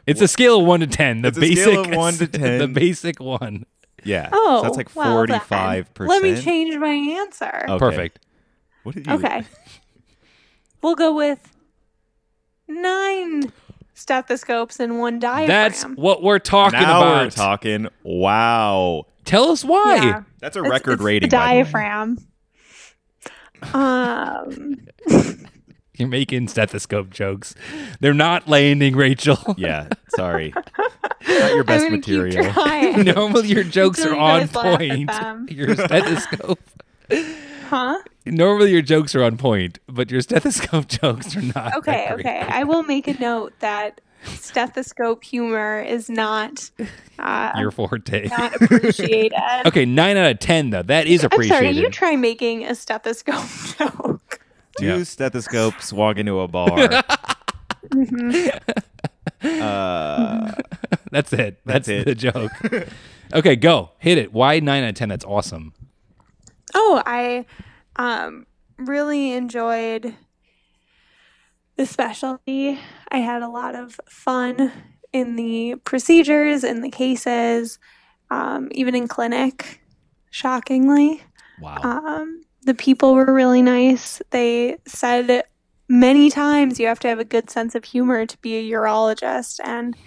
B: it's a scale of one to ten. The
A: It's a
B: basic
A: scale of one to 10.
B: The basic one.
A: yeah.
E: Oh,
A: so that's like
E: well then.
A: forty-five percent. Oh,
E: Let me change my answer.
A: Okay.
B: Perfect.
A: What did you?
E: Okay. We'll go with nine stethoscopes and one diaphragm.
B: That's what we're talking
A: now
B: about.
A: we're talking. Wow,
B: Tell us why.
E: Yeah.
A: that's a
E: It's-
A: record
E: it's the
A: rating. by the way.
E: diaphragm. Um,
B: You're making stethoscope jokes. They're not landing, Rachel.
A: Yeah, sorry. not your best
E: I'm gonna
A: material.
E: Keep trying.
B: Normally, your jokes are
E: Until you
B: on
E: guys laugh at
B: point.
E: them.
B: Your stethoscope.
E: Huh?
B: Normally, your jokes are on point, but your stethoscope jokes are not.
E: Okay,
B: that great.
E: okay. I will make a note that stethoscope humor is not uh,
B: Your forte.
E: not appreciated.
B: Okay, nine out of ten though. That is
E: I'm sorry.
B: appreciated.
E: You try making a stethoscope joke.
A: Two
B: Yeah.
A: stethoscopes walk into a bar.
E: Mm-hmm.
A: uh,
B: That's it.
A: That's
B: That's,
A: it.
B: the joke. okay, go hit it. Why nine out of ten? That's awesome.
E: Oh, I um, really enjoyed the specialty. I had a lot of fun in the procedures, in the cases, um, even in clinic, shockingly.
A: wow.
E: Um, the people were really nice. They said many times you have to have a good sense of humor to be a urologist. And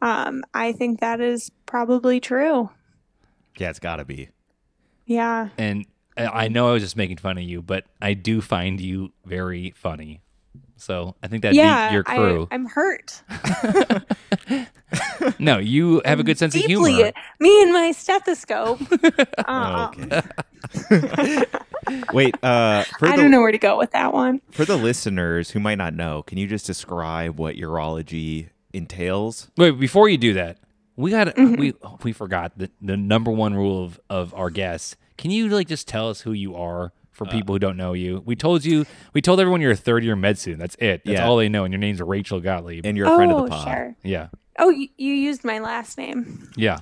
E: um, I think that is probably true.
A: yeah, it's got to be.
E: Yeah.
B: And I I know I was just making fun of you, but I do find you very funny. So I think that'd
E: yeah.
B: be your crew.
E: I, I'm hurt.
B: no, you have a good sense of humor.
E: deeply me and my stethoscope. Uh,
A: okay. Wait, uh, for
E: I
A: the,
E: don't know where to go with that one.
A: for the listeners who might not know, can you just describe what urology entails?
B: Wait, before you do that, we got to
E: Mm-hmm.
B: we we forgot the, the number one rule of of our guests. Can you like just tell us who you are for people who don't know you? We told you we told everyone you're a third year med student. That's it. That's
A: Yeah.
B: all they know. And your name's Rachel Gottlieb.
A: And you're a
E: oh,
A: friend of the pod.
E: sure.
B: yeah,
E: Oh, you, you used my last name.
B: yeah.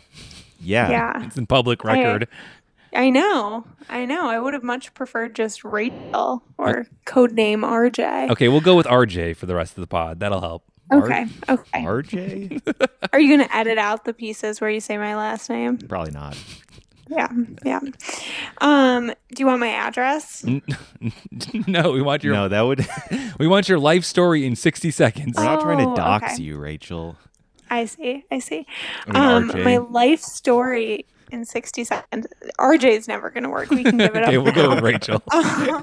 A: Yeah.
E: Yeah,
B: It's in public record.
E: I know. I know. I would have much preferred just Rachel or codename RJ.
B: Okay, we'll go with RJ for the rest of the pod. That'll help.
E: Okay. Okay.
A: RJ?
E: Are you going to edit out the pieces where you say my last name?
A: Probably not.
E: Yeah. Yeah. Um, do you want my address?
B: no, we want your
A: no, that would.
B: we want your life story in sixty seconds.
A: we're not trying
E: Oh,
A: to dox
E: okay.
A: you, Rachel.
E: I see. I see.
A: I mean,
E: um,
A: RJ.
E: my life story in 60 seconds. RJ's never going to work. We can give it up.
B: okay, we'll go
E: now.
B: with Rachel.
E: Uh,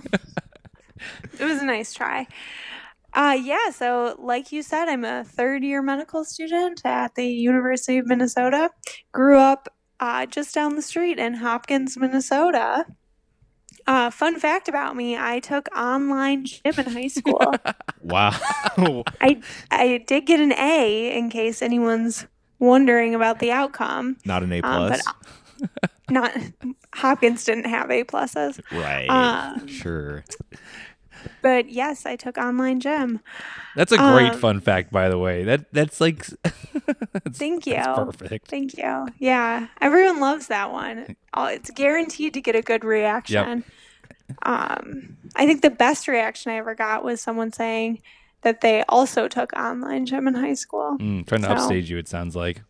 E: it was a nice try. Uh, yeah, so like you said, I'm a third year medical student at the University of Minnesota. Grew up uh, just down the street in Hopkins, Minnesota. Uh, fun fact about me I took online gym in high school.
A: Wow.
E: I, I did get an A in case anyone's wondering about the outcome.
A: not an A
E: Um,
A: plus.
E: Not Hopkins didn't have A pluses.
A: right.
E: um,
A: sure.
E: But yes, I took online gym.
B: That's a great
E: Um,
B: fun fact, by the way. That that's like that's,
E: Thank you.
B: that's perfect.
E: Thank you. Yeah, everyone loves that one. Oh, It's guaranteed to get a good reaction. Um, I think the best reaction I ever got was someone saying that they also took online gym in high school.
B: Mm, trying to
E: So-
B: upstage you, it sounds like.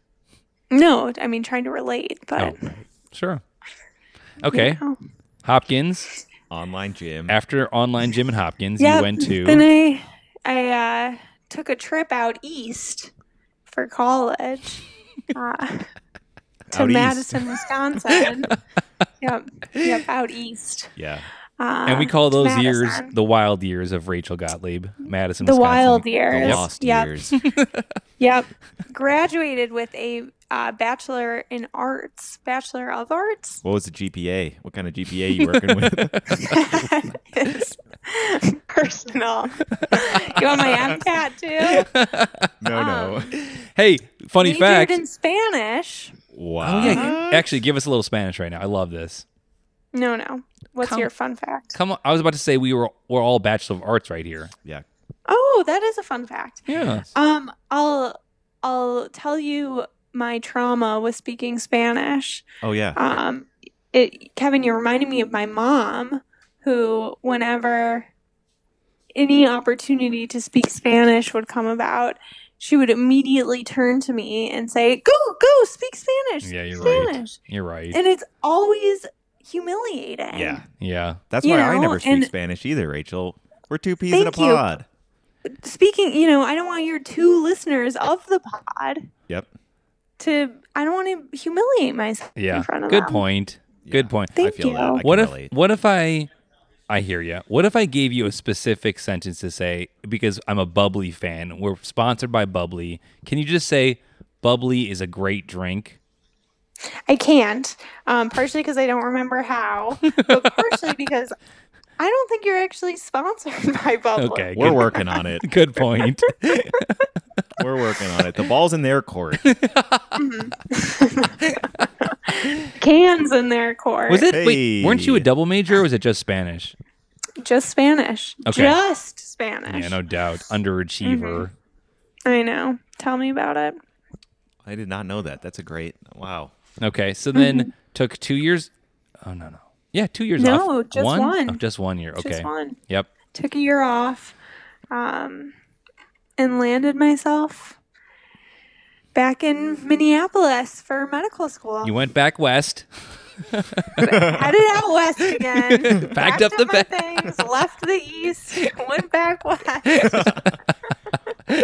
E: No, I mean trying to relate, but
B: oh, sure. Okay,
E: you know.
B: Hopkins.
A: Online gym.
B: After online gym and Hopkins,
E: Yep.
B: you went to
E: Then I I uh, took a trip out east for college uh, to
A: Out east.
E: Madison, Wisconsin. yep, yep, out east.
A: Yeah.
E: Uh,
B: and we call
E: to
B: those years
E: Madison.
B: the wild years of Rachel Gottlieb, Madison,
E: the
B: Wisconsin.
E: wild
A: The
E: years.
A: lost
E: yep,
A: years.
E: yep. Graduated with a uh, bachelor in arts, bachelor of arts.
A: What was the GPA? What kind of GPA you working with?
E: That is personal. you want my MCAT too?
A: No, no.
E: Um,
B: Hey, funny
E: Majored
B: fact.
E: in Spanish.
A: Wow.
B: oh yeah, actually, give us a little Spanish right now. I love this.
E: No, no. What's
B: Come-
E: your fun fact?
B: Come on, I was about to say we were we're all bachelor of arts right here.
A: Yeah.
E: Oh, that is a fun fact.
B: Yeah.
E: Um, I'll I'll tell you my trauma with speaking Spanish.
A: Oh yeah.
E: Um, it, Kevin, you're reminding me of my mom, who, whenever any opportunity to speak Spanish would come about, she would immediately turn to me and say, "Go, go, speak Spanish."
B: Yeah, you're right.
E: Spanish.
B: You're right.
E: And it's always humiliating.
A: Yeah.
B: Yeah.
A: That's
E: you
A: why I
E: know,
A: never speak
E: and-
A: Spanish either, Rachel. We're two peas in a
E: Thank you.
A: pod.
E: Speaking, you know, I don't want your two listeners of the pod
A: Yep.
E: to. I don't want to humiliate myself
B: Yeah.
E: in front of
B: Good
E: them.
B: point. Good point.
A: I
E: Thank
A: feel
E: you.
A: that. I can
B: what if
A: relate.
B: what if I I hear you. What if I gave you a specific sentence to say because I'm a Bubbly fan. We're sponsored by Bubbly. Can you just say Bubbly is a great drink?
E: I can't, um, partially because I don't remember how, but partially because I don't think you're actually sponsored by Bubble.
B: Okay.
A: We're
B: Good,
A: working on it.
B: good point.
A: We're working on it. The ball's in their court.
E: Cans in their core.
B: Was it wait, weren't you a
A: Hey.
B: double major or was it just Spanish?
E: just Spanish?
B: Okay.
E: Just Spanish.
B: Yeah, no doubt. Underachiever.
E: Mm-hmm. I know. Tell me about it.
A: I did not know that. That's a great. Wow.
B: Okay. So then
E: Mm-hmm.
B: took 2 years Oh no, no. Yeah, 2 years off.
E: No, just one.
B: Oh, just 1 year. Okay.
E: Just one.
B: Yep.
E: Took a year off, um, and landed myself back in Minneapolis for medical school.
B: You went back west.
E: headed out west again.
B: Packed up the
E: my
B: bag.
E: things, left the east, went back west.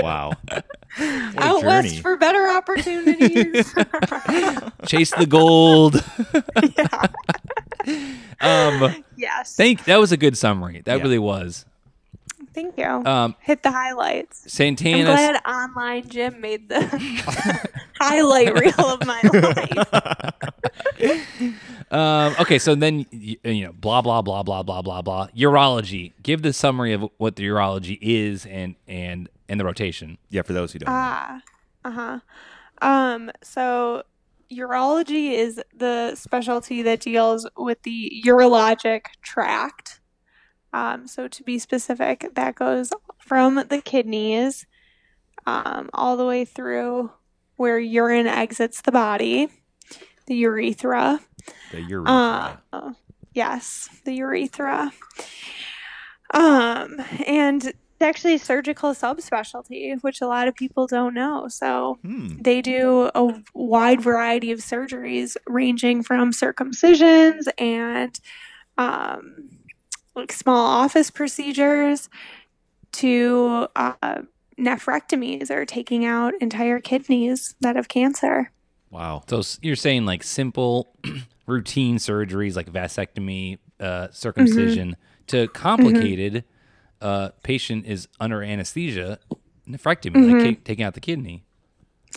A: Wow. What a
E: out west
A: journey.
E: for better opportunities.
B: Chase the gold.
E: Yeah.
B: Um,
E: yes.
B: thank. That was a good summary. That
A: Yeah.
B: really was.
E: Thank you.
A: Uh,
B: Um,
E: Hit the highlights. I'm
B: Santana.
E: glad online Jim made the highlight reel of my life.
B: Um, okay, so then you, you know, blah blah blah blah blah blah blah. Urology. Give the summary of what the urology is and and and the rotation.
A: Yeah, for those who don't. know.
E: Ah. Uh-huh. Um, so urology is the specialty that deals with the urologic tract. Um, so to be specific, that goes from the kidneys um, all the way through where urine exits the body, the urethra.
A: The urethra.
E: Uh, yes, the urethra. Um, and it's actually a surgical subspecialty, which a lot of people don't know. So
A: hmm.
E: they do a wide variety of surgeries, ranging from circumcisions and um, like small office procedures to uh, nephrectomies or taking out entire kidneys that have cancer.
A: Wow.
B: So s- you're saying like simple, routine surgeries like vasectomy, uh, circumcision,
E: Mm-hmm.
B: to complicated. Uh, patient is under anesthesia, nephrectomy, like
E: Mm-hmm.
B: ki- taking out the kidney.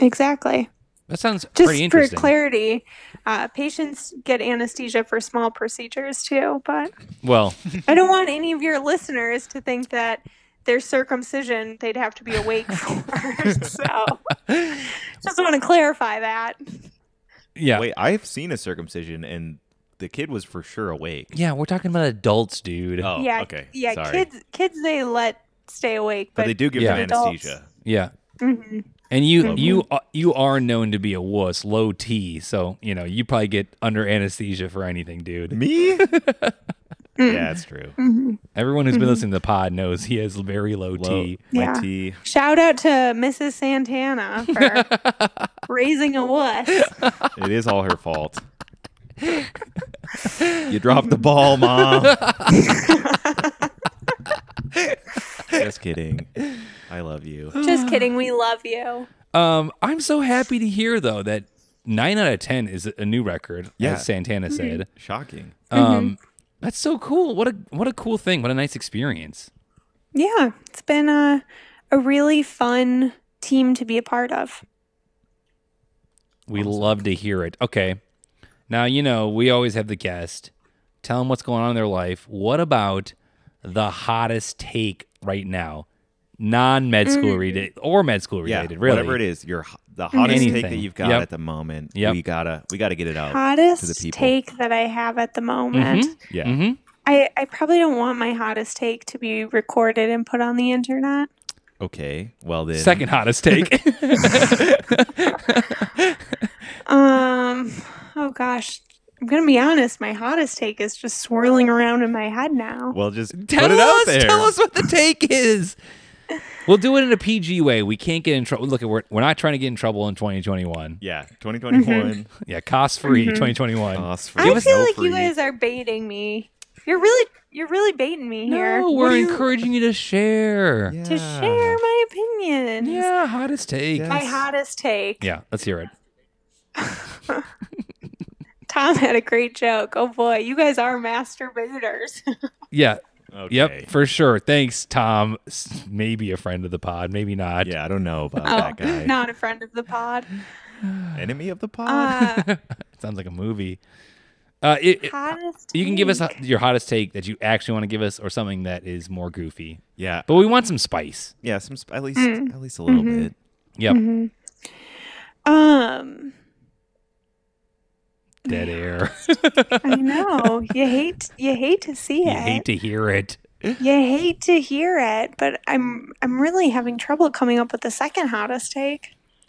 E: Exactly.
B: That sounds
E: Just
B: pretty
E: for
B: interesting.
E: clarity, uh, patients get anesthesia for small procedures too, but
B: well,
E: I don't want any of your listeners to think that their circumcision they'd have to be awake for. so just want to clarify that.
B: yeah.
A: Wait, I've seen a circumcision and the kid was for sure awake.
B: Yeah, we're talking about adults, dude.
A: Oh,
E: yeah,
A: okay.
E: yeah.
A: Sorry.
E: Kids, kids, they let stay awake,
A: but,
E: but,
A: they do give
B: Yeah.
A: him
E: Adults.
A: anesthesia.
B: Yeah.
E: Mhm.
B: And you
A: Love
B: you are, you are known to be a wuss, low T. So you know you probably get under anesthesia for anything, dude.
A: Me? yeah,
E: Mm.
A: that's true.
B: Everyone who's been listening to the pod knows he has very low, T.
A: My
E: Yeah.
A: tea.
E: Shout out to Mrs. Santana for raising a wuss.
A: It is all her fault. you dropped the ball, mom. Just kidding. I love you.
E: Just kidding. We love you.
B: Um, I'm so happy to hear though that nine out of ten is a new record,
A: Yeah.
B: as Santana said.
A: Shocking.
B: Um, that's so cool. What a what a cool thing. What a nice experience.
E: Yeah, it's been a, a really fun team to be a part of.
B: We love to hear it. Okay. Now, you know, we always have the guest tell them what's going on in their life. What about the hottest take right now? Non med school related or med school related,
A: Mm. yeah,
B: really.
A: whatever it is, your ho- the hottest take that
B: Anything.
A: you've got
B: Yep.
A: at the moment.
B: Yep.
A: We gotta we gotta get it out to the
E: Hottest
A: people.
E: take that I have at the moment.
A: yeah,
B: Mm-hmm.
E: I, I probably don't want my hottest take to be recorded and put on the internet.
A: okay. Well then,
B: Second hottest take.
E: Um, oh gosh, I'm gonna be honest. My hottest take is just swirling around in my head now.
A: Well, just put
B: tell
A: it
B: us,
A: out there.
B: tell us what the take is. We'll do it in a PG way. We can't get in trouble. Look, we're, we're not trying to get in trouble in 2021.
A: Yeah, 2021.
B: Yeah, cost free
A: Mm-hmm.
B: 2021.
A: Us for
E: I
A: us
E: feel
A: no
E: like
A: free.
E: you guys are baiting me. You're really, you're really baiting me here
B: no, we're encouraging you to share.
A: Yeah.
E: to share my opinions.
B: Yeah, hottest take.
A: Yeah.
E: My hottest take.
B: Yeah, let's hear it.
E: Tom had a great joke. Oh boy, you guys are masturbators.
B: Yeah.
A: Okay.
B: Yep, for sure. Thanks, Tom. S- Maybe a friend of the pod, maybe not.
A: Yeah, I don't know about
E: oh,
A: that guy.
E: not a friend of the pod.
A: Enemy of the pod.
B: Oh,
E: Uh,
B: It sounds like a movie. Uh, it, it-
E: hottest.
B: you can give us a,
E: take.
B: your hottest take that you actually want to give us, or something that is more goofy.
A: yeah,
B: But we want some spice.
A: yeah. Some sp- at least
E: mm.
A: at least a little
E: Mm-hmm.
A: bit.
B: Yep,
E: um.
B: dead air.
E: I know you hate you hate to see
B: you
E: it.
B: hate to hear it.
E: You hate to hear it, but I'm I'm really having trouble coming up with the second hottest take.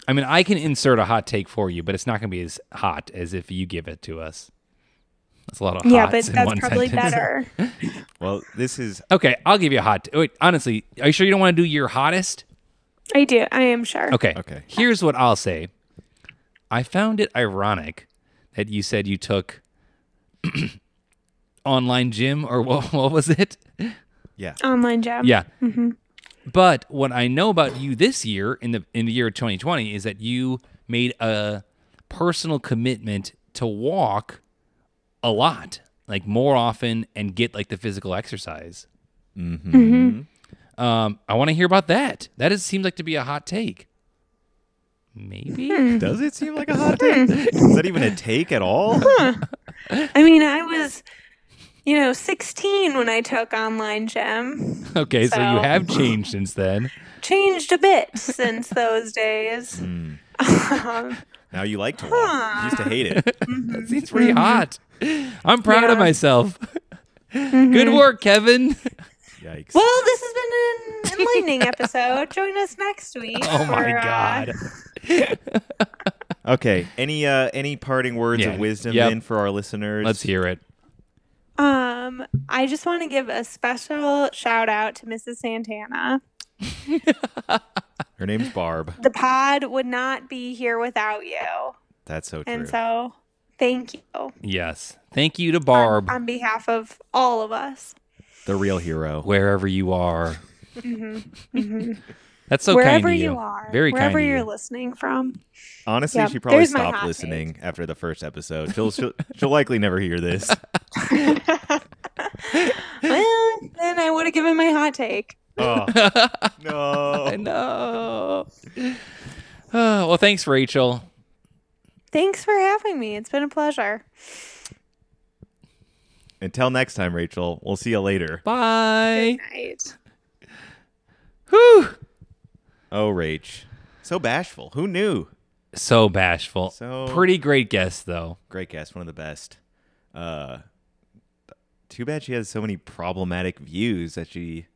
B: I mean, I can insert a hot take for you, but it's not going to be as hot as if you give it to us. That's a lot of
E: yeah, but
B: hots in
E: that's
B: one
E: probably
B: sentence.
E: better.
A: Well, this is
B: Okay, I'll give you a hot. Wait, honestly, are you sure you don't want to do your hottest?
E: I do. I am sure.
B: Okay.
A: Okay.
B: Here's what I'll say. I found it ironic that you said you took online gym or what, what was it?
A: yeah.
E: Online job.
B: Yeah. But what I know about you this year in the in the year 2020 is that you made a personal commitment to walk a lot, like more often and get like the physical exercise. Mm-hmm. Um, I want to hear about that. That is, seems like to be a hot take. Maybe.
E: Um,
A: Does it seem like a hot
E: mm-hmm.
A: take? is that even a take at all?
E: I mean, I was, you know, 16 when I took online gym.
B: Okay, so, you
E: So-
B: have changed since then.
E: Changed a bit since those days.
B: Hmm.
E: Um,
A: Now you like to walk. You used to hate it.
B: That seems pretty hot. I'm proud of
E: Yeah.
B: myself. Good work, Kevin.
A: Yikes.
E: well, this has been an enlightening episode. Join us next week.
B: Oh my
E: for, uh,
B: god.
A: Okay. Any uh any parting words
B: Yeah.
A: of wisdom
B: Yep.
A: then for our listeners?
B: Let's hear it.
E: Um, I just want to give a special shout out to Mrs. Santana.
A: Her name's Barb.
E: The pod would not be here without you.
A: That's so true.
E: And so, thank you
B: Yes. Thank you to Barb,
E: on behalf of all of us.
A: the real hero.
B: wherever you are. That's so kind
E: wherever
B: of
E: you.
B: you.
E: are,
B: Very
E: wherever
B: kind of
E: you're
B: you.
E: listening from.
A: Honestly,
E: Yep.
A: she probably
E: There's my hot
A: stopped
E: take.
A: listening after the first episode. She'll, she'll she'll likely never hear this.
E: well, then I would have given my hot take.
A: Oh, no.
B: I know. Oh, well, thanks, Rachel.
E: Thanks for having me. It's been a pleasure.
A: Until next time, Rachel. We'll see you later.
B: Bye.
E: Night.
B: Whew.
A: Oh, Rach. So bashful. Who knew?
B: So bashful.
A: So-
B: Pretty great guest, though.
A: Great guest. One of the best. Uh, too bad she has so many problematic views that she.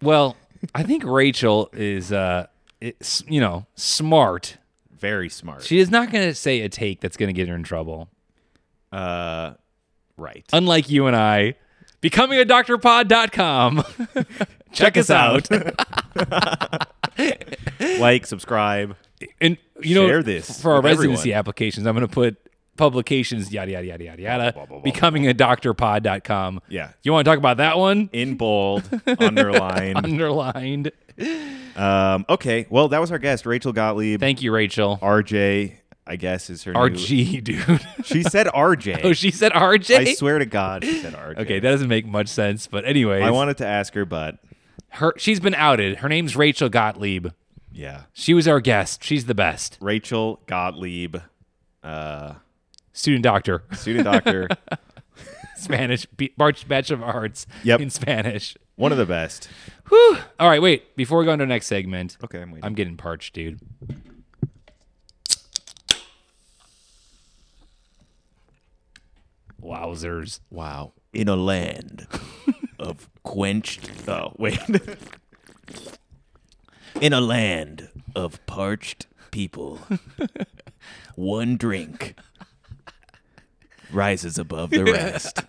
B: Well, I think Rachel is, uh, it's, you know, smart.
A: Very smart.
B: She is not going to say a take that's going to get her in trouble.
A: uh, right.
B: Unlike you and I, becomingadoctorpod.com. Check, Check us out.
A: like, subscribe.
B: and you know,
A: Share this
B: for our
A: with everyone.
B: residency applications. I'm going to put publications, yada yada yada yada yada.
A: blah, blah, blah,
B: Becomingadoctorpod.com.
A: Yeah.
B: You want to talk about that one?
A: In bold, underlined.
B: Underlined.
A: Um, okay. Well, that was our guest, Rachel Gottlieb.
B: Thank you, Rachel.
A: RJ, I guess, is her new-
B: RG, dude.
A: She said RJ.
B: oh, she said RJ.
A: I swear to God, she said RJ.
B: Okay, that doesn't make much sense, but anyways,
A: I wanted to ask her, but
B: her. She's been outed. Her name's Rachel Gottlieb.
A: yeah.
B: She was our guest. She's the best
A: Rachel Gottlieb, uh,
B: student doctor,
A: student doctor,
B: Spanish, B- March Bachelor of Arts
A: Yep.
B: in Spanish.
A: one of the best.
B: Whew. All right, wait. Before we go into our next segment,
A: Okay, I'm waiting.
B: I'm getting parched, dude. Wowzers.
A: wow. In a land of quenched. Oh, wait. In a land of parched people, one drink rises above the rest.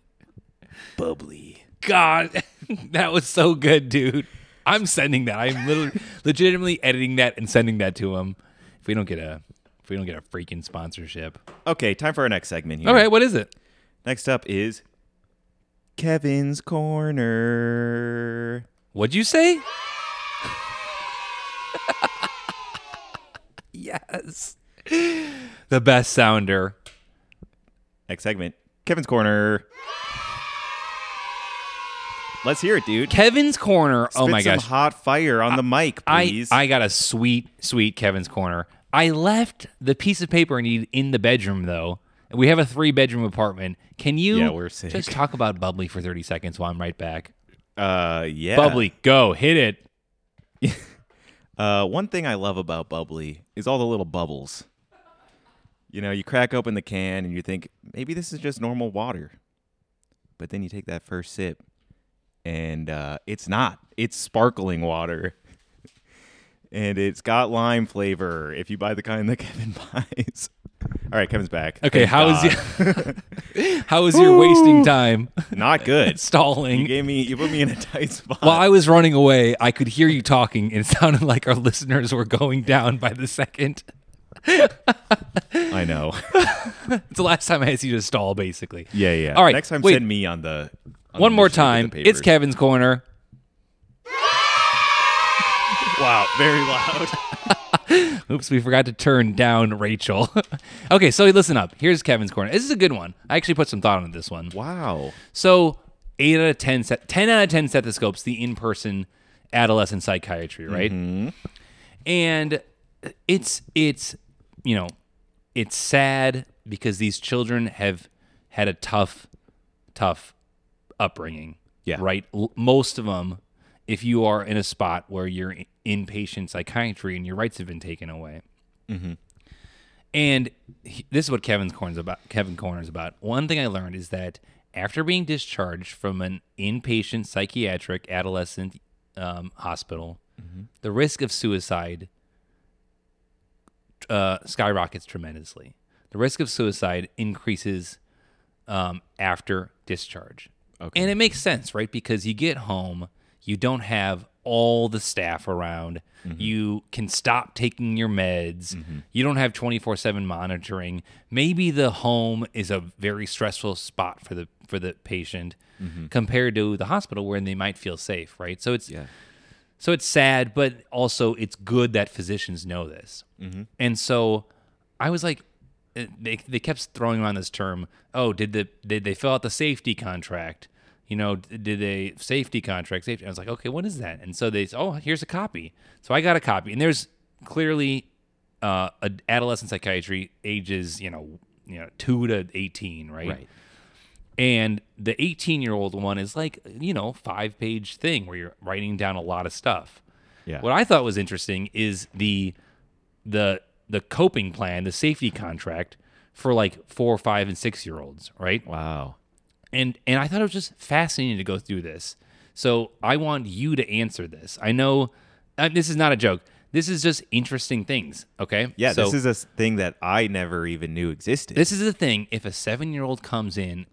A: Bubbly.
B: God, that was so good, dude. I'm sending that. I'm literally legitimately editing that and sending that to him. If we don't get a if we don't get a freaking sponsorship.
A: Okay, time for our next segment here.
B: All right, what is it?
A: Next up is Kevin's Corner.
B: What'd you say? yes. The best sounder.
A: Next segment, Kevin's Corner. Let's hear it, dude.
B: Kevin's corner. oh
A: Spit
B: my
A: some
B: gosh.
A: hot fire on the mic,
B: I,
A: please.
B: I got a sweet, sweet Kevin's corner. I left the piece of paper I need in the bedroom though. We have a three bedroom apartment. Can you
A: Yeah, we're sick.
B: just talk about bubbly for thirty seconds while I'm right back?
A: uh, yeah.
B: Bubbly, go, hit it.
A: Uh, one thing I love about bubbly is all the little bubbles. You know, you crack open the can and you think maybe this is just normal water, but then you take that first sip, and uh, it's not. It's sparkling water, and it's got lime flavor. If you buy the kind that Kevin buys. All right, Kevin's back.
B: Okay,
A: Thank
B: how is
A: God.
B: your how is your wasting time
A: not good?
B: stalling?
A: You gave me. You put me in a tight spot.
B: While I was running away, I could hear you talking, and it sounded like our listeners were going down by the second.
A: I know.
B: It's the last time I asked you to stall, basically.
A: Yeah, yeah.
B: All right,
A: Next time,
B: wait.
A: send me on the. on
B: One
A: the
B: more
A: mission
B: time.
A: with the
B: It's
A: papers.
B: Kevin's corner.
A: Wow, very loud.
B: Oops, we forgot to turn down Rachel. okay, so listen up. Here's Kevin's corner. This is a good one. I actually put some thought into this one.
A: Wow.
B: So eight out of ten, set, ten out of ten stethoscopes, the in-person adolescent psychiatry, right? And it's it's you know it's sad because these children have had a tough, tough upbringing.
A: Yeah.
B: Right. L- most of them, if you are in a spot where you're in- inpatient psychiatry and your rights have been taken away. And he- this is what Kevin's corners about. Kevin Corner's about. One thing I learned is that after being discharged from an inpatient psychiatric adolescent um, hospital, the risk of suicide uh, skyrockets tremendously. The risk of suicide increases um, after discharge.
A: Okay.
B: And it makes sense, right? Because you get home, you don't have all the staff around, you can stop taking your meds, you don't have 24 7 monitoring. Maybe the home is a very stressful spot for the for the patient compared to the hospital where they might feel safe, right? So it's
A: Yeah.
B: so it's sad, but also it's good that physicians know this. And so I was like, eh, they, they kept throwing around this term. Oh, did the did they fill out the safety contract? You know, d- did they safety contract safety? I was like, okay, what is that? And so they said, oh, here's a copy. So I got a copy, and there's clearly uh, a adolescent psychiatry ages you know you know two to eighteen,
A: Right.
B: and the 18 year old one is like, you know, five page thing where you're writing down a lot of stuff.
A: Yeah.
B: What I thought was interesting is the the the coping plan, the safety contract for like four, five, and six year olds, right?
A: Wow.
B: and and I thought it was just fascinating to go through this. So I want you to answer this. I know uh, this is not a joke. This is just interesting things. Okay.
A: Yeah,
B: So
A: this is a s- thing that I never even knew existed.
B: this is the thing. If a seven year old comes in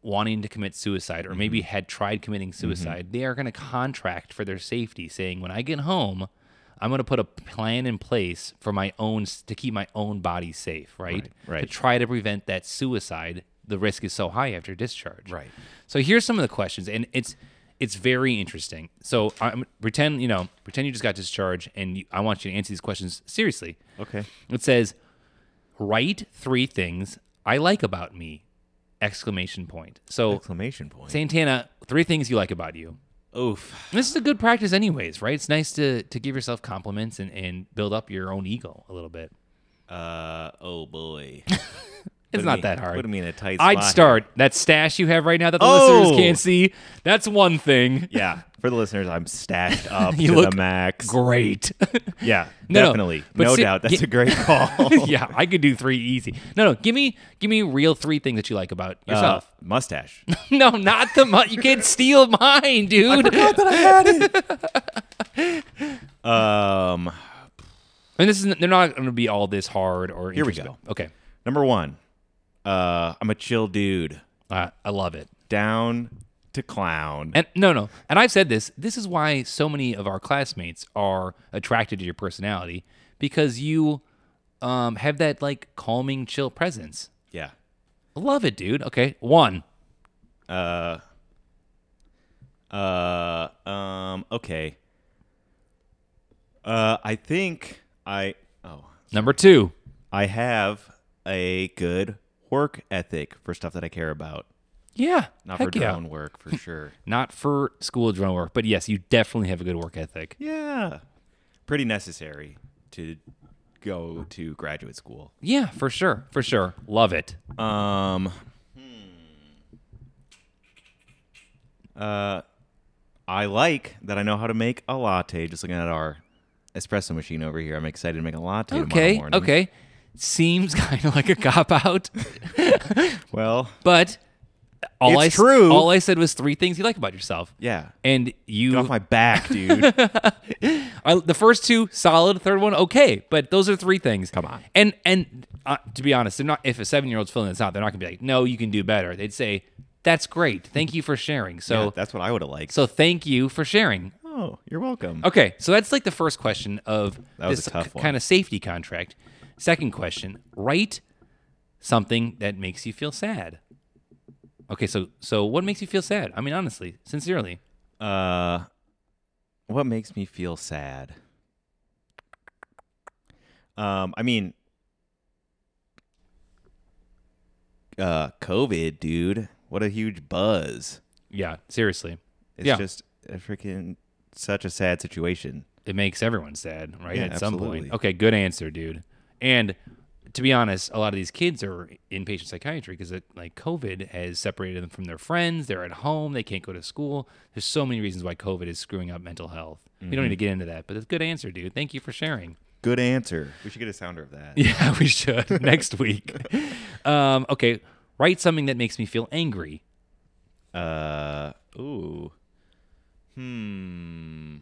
B: wanting to commit suicide or maybe
A: Mm-hmm.
B: had tried committing suicide, they are going to contract for their safety, saying, "When I get home, I'm going to put a plan in place for my own s- to keep my own body safe, right?
A: right.
B: To try to prevent that suicide. The risk is so high after discharge,
A: Right.
B: So here's some of the questions, and it's it's very interesting. So I'm, pretend you know pretend you just got discharged, and you, I want you to answer these questions seriously.
A: okay.
B: It says, "Write three things I like about me!" Exclamation point. So
A: Exclamation point.
B: Santana, three things you like about you.
A: Oof.
B: This is a good practice, anyways, right? It's nice to to give yourself compliments and and build up your own ego a little bit.
A: Uh oh boy.
B: It's not that hard.
A: Put me in a tight spot.
B: I'd
A: here.
B: start that stash you have right now that the
A: Oh!
B: listeners can't see. That's one thing.
A: Yeah. For the listeners, I'm stashed up
B: You
A: to
B: look
A: the max.
B: Great.
A: yeah,
B: No, no,
A: definitely.
B: but
A: No
B: se-
A: doubt. That's
B: yeah.
A: a great call.
B: yeah, I could do three easy. No, no, give me give me real three things that you like about
A: Uh,
B: yourself.
A: mustache.
B: No, not the mu- you can't steal mine, dude.
A: um,
B: and this is they're not going to be all this hard or
A: Here we
B: introspect-
A: go.
B: Okay,
A: number one. Uh, I'm a chill dude.
B: uh, I love it.
A: Down to clown.
B: And no, no, and I've said this. This is why so many of our classmates are attracted to your personality because you um, have that like calming, chill presence.
A: yeah.
B: I love it, dude. Okay, one.
A: Uh. Uh. Um. Okay. Uh. I think I. Oh.
B: Number two.
A: I have a good work ethic for stuff that I care about.
B: Yeah,
A: Not
B: heck
A: for
B: yeah.
A: drone work, for sure.
B: not for school drone work, but yes, you definitely have a good work ethic.
A: yeah. Pretty necessary to go to graduate school.
B: Yeah, for sure, for sure. Love it.
A: Um. hmm. Uh, I like that I know how to make a latte. Just looking at our espresso machine over here, I'm excited to make a latte tomorrow
B: Okay,
A: morning.
B: okay. Seems kind of like a cop out,
A: Well,
B: but all
A: It's
B: I s-
A: true.
B: all I said was three things you like about yourself.
A: yeah.
B: And you,
A: Get off my back, dude.
B: I, the first two solid, third one okay, but those are three things.
A: Come on.
B: And and uh, to be honest, they're not. If a seven year old's feeling this out, they're not gonna be like, no, you can do better. They'd say, that's great. Thank you for sharing. So
A: Yeah, that's what I would have liked.
B: so thank you for sharing.
A: oh, you're welcome.
B: Okay, so that's like the first question of
A: That was
B: this
A: a tough one.
B: kind of safety contract. Second question: Write something that makes you feel sad. Okay, so so what makes you feel sad? I mean, honestly, sincerely,
A: Uh, what makes me feel sad? Um, I mean, uh, COVID, dude. What a huge buzz.
B: yeah, seriously,
A: It's
B: Yeah.
A: just a freaking such a sad situation.
B: it makes everyone sad, right?
A: Yeah,
B: At some
A: absolutely.
B: point. Okay, good answer, dude. And to be honest, a lot of these kids are inpatient psychiatry because like COVID has separated them from their friends. They're at home. They can't go to school. There's so many reasons why COVID is screwing up mental health. We don't need to get into that, but that's a good answer, dude. Thank you for sharing.
A: Good answer. We should get a sounder of that.
B: Yeah, we should next week. Um, okay, write something that makes me feel angry.
A: Uh, ooh. Hmm.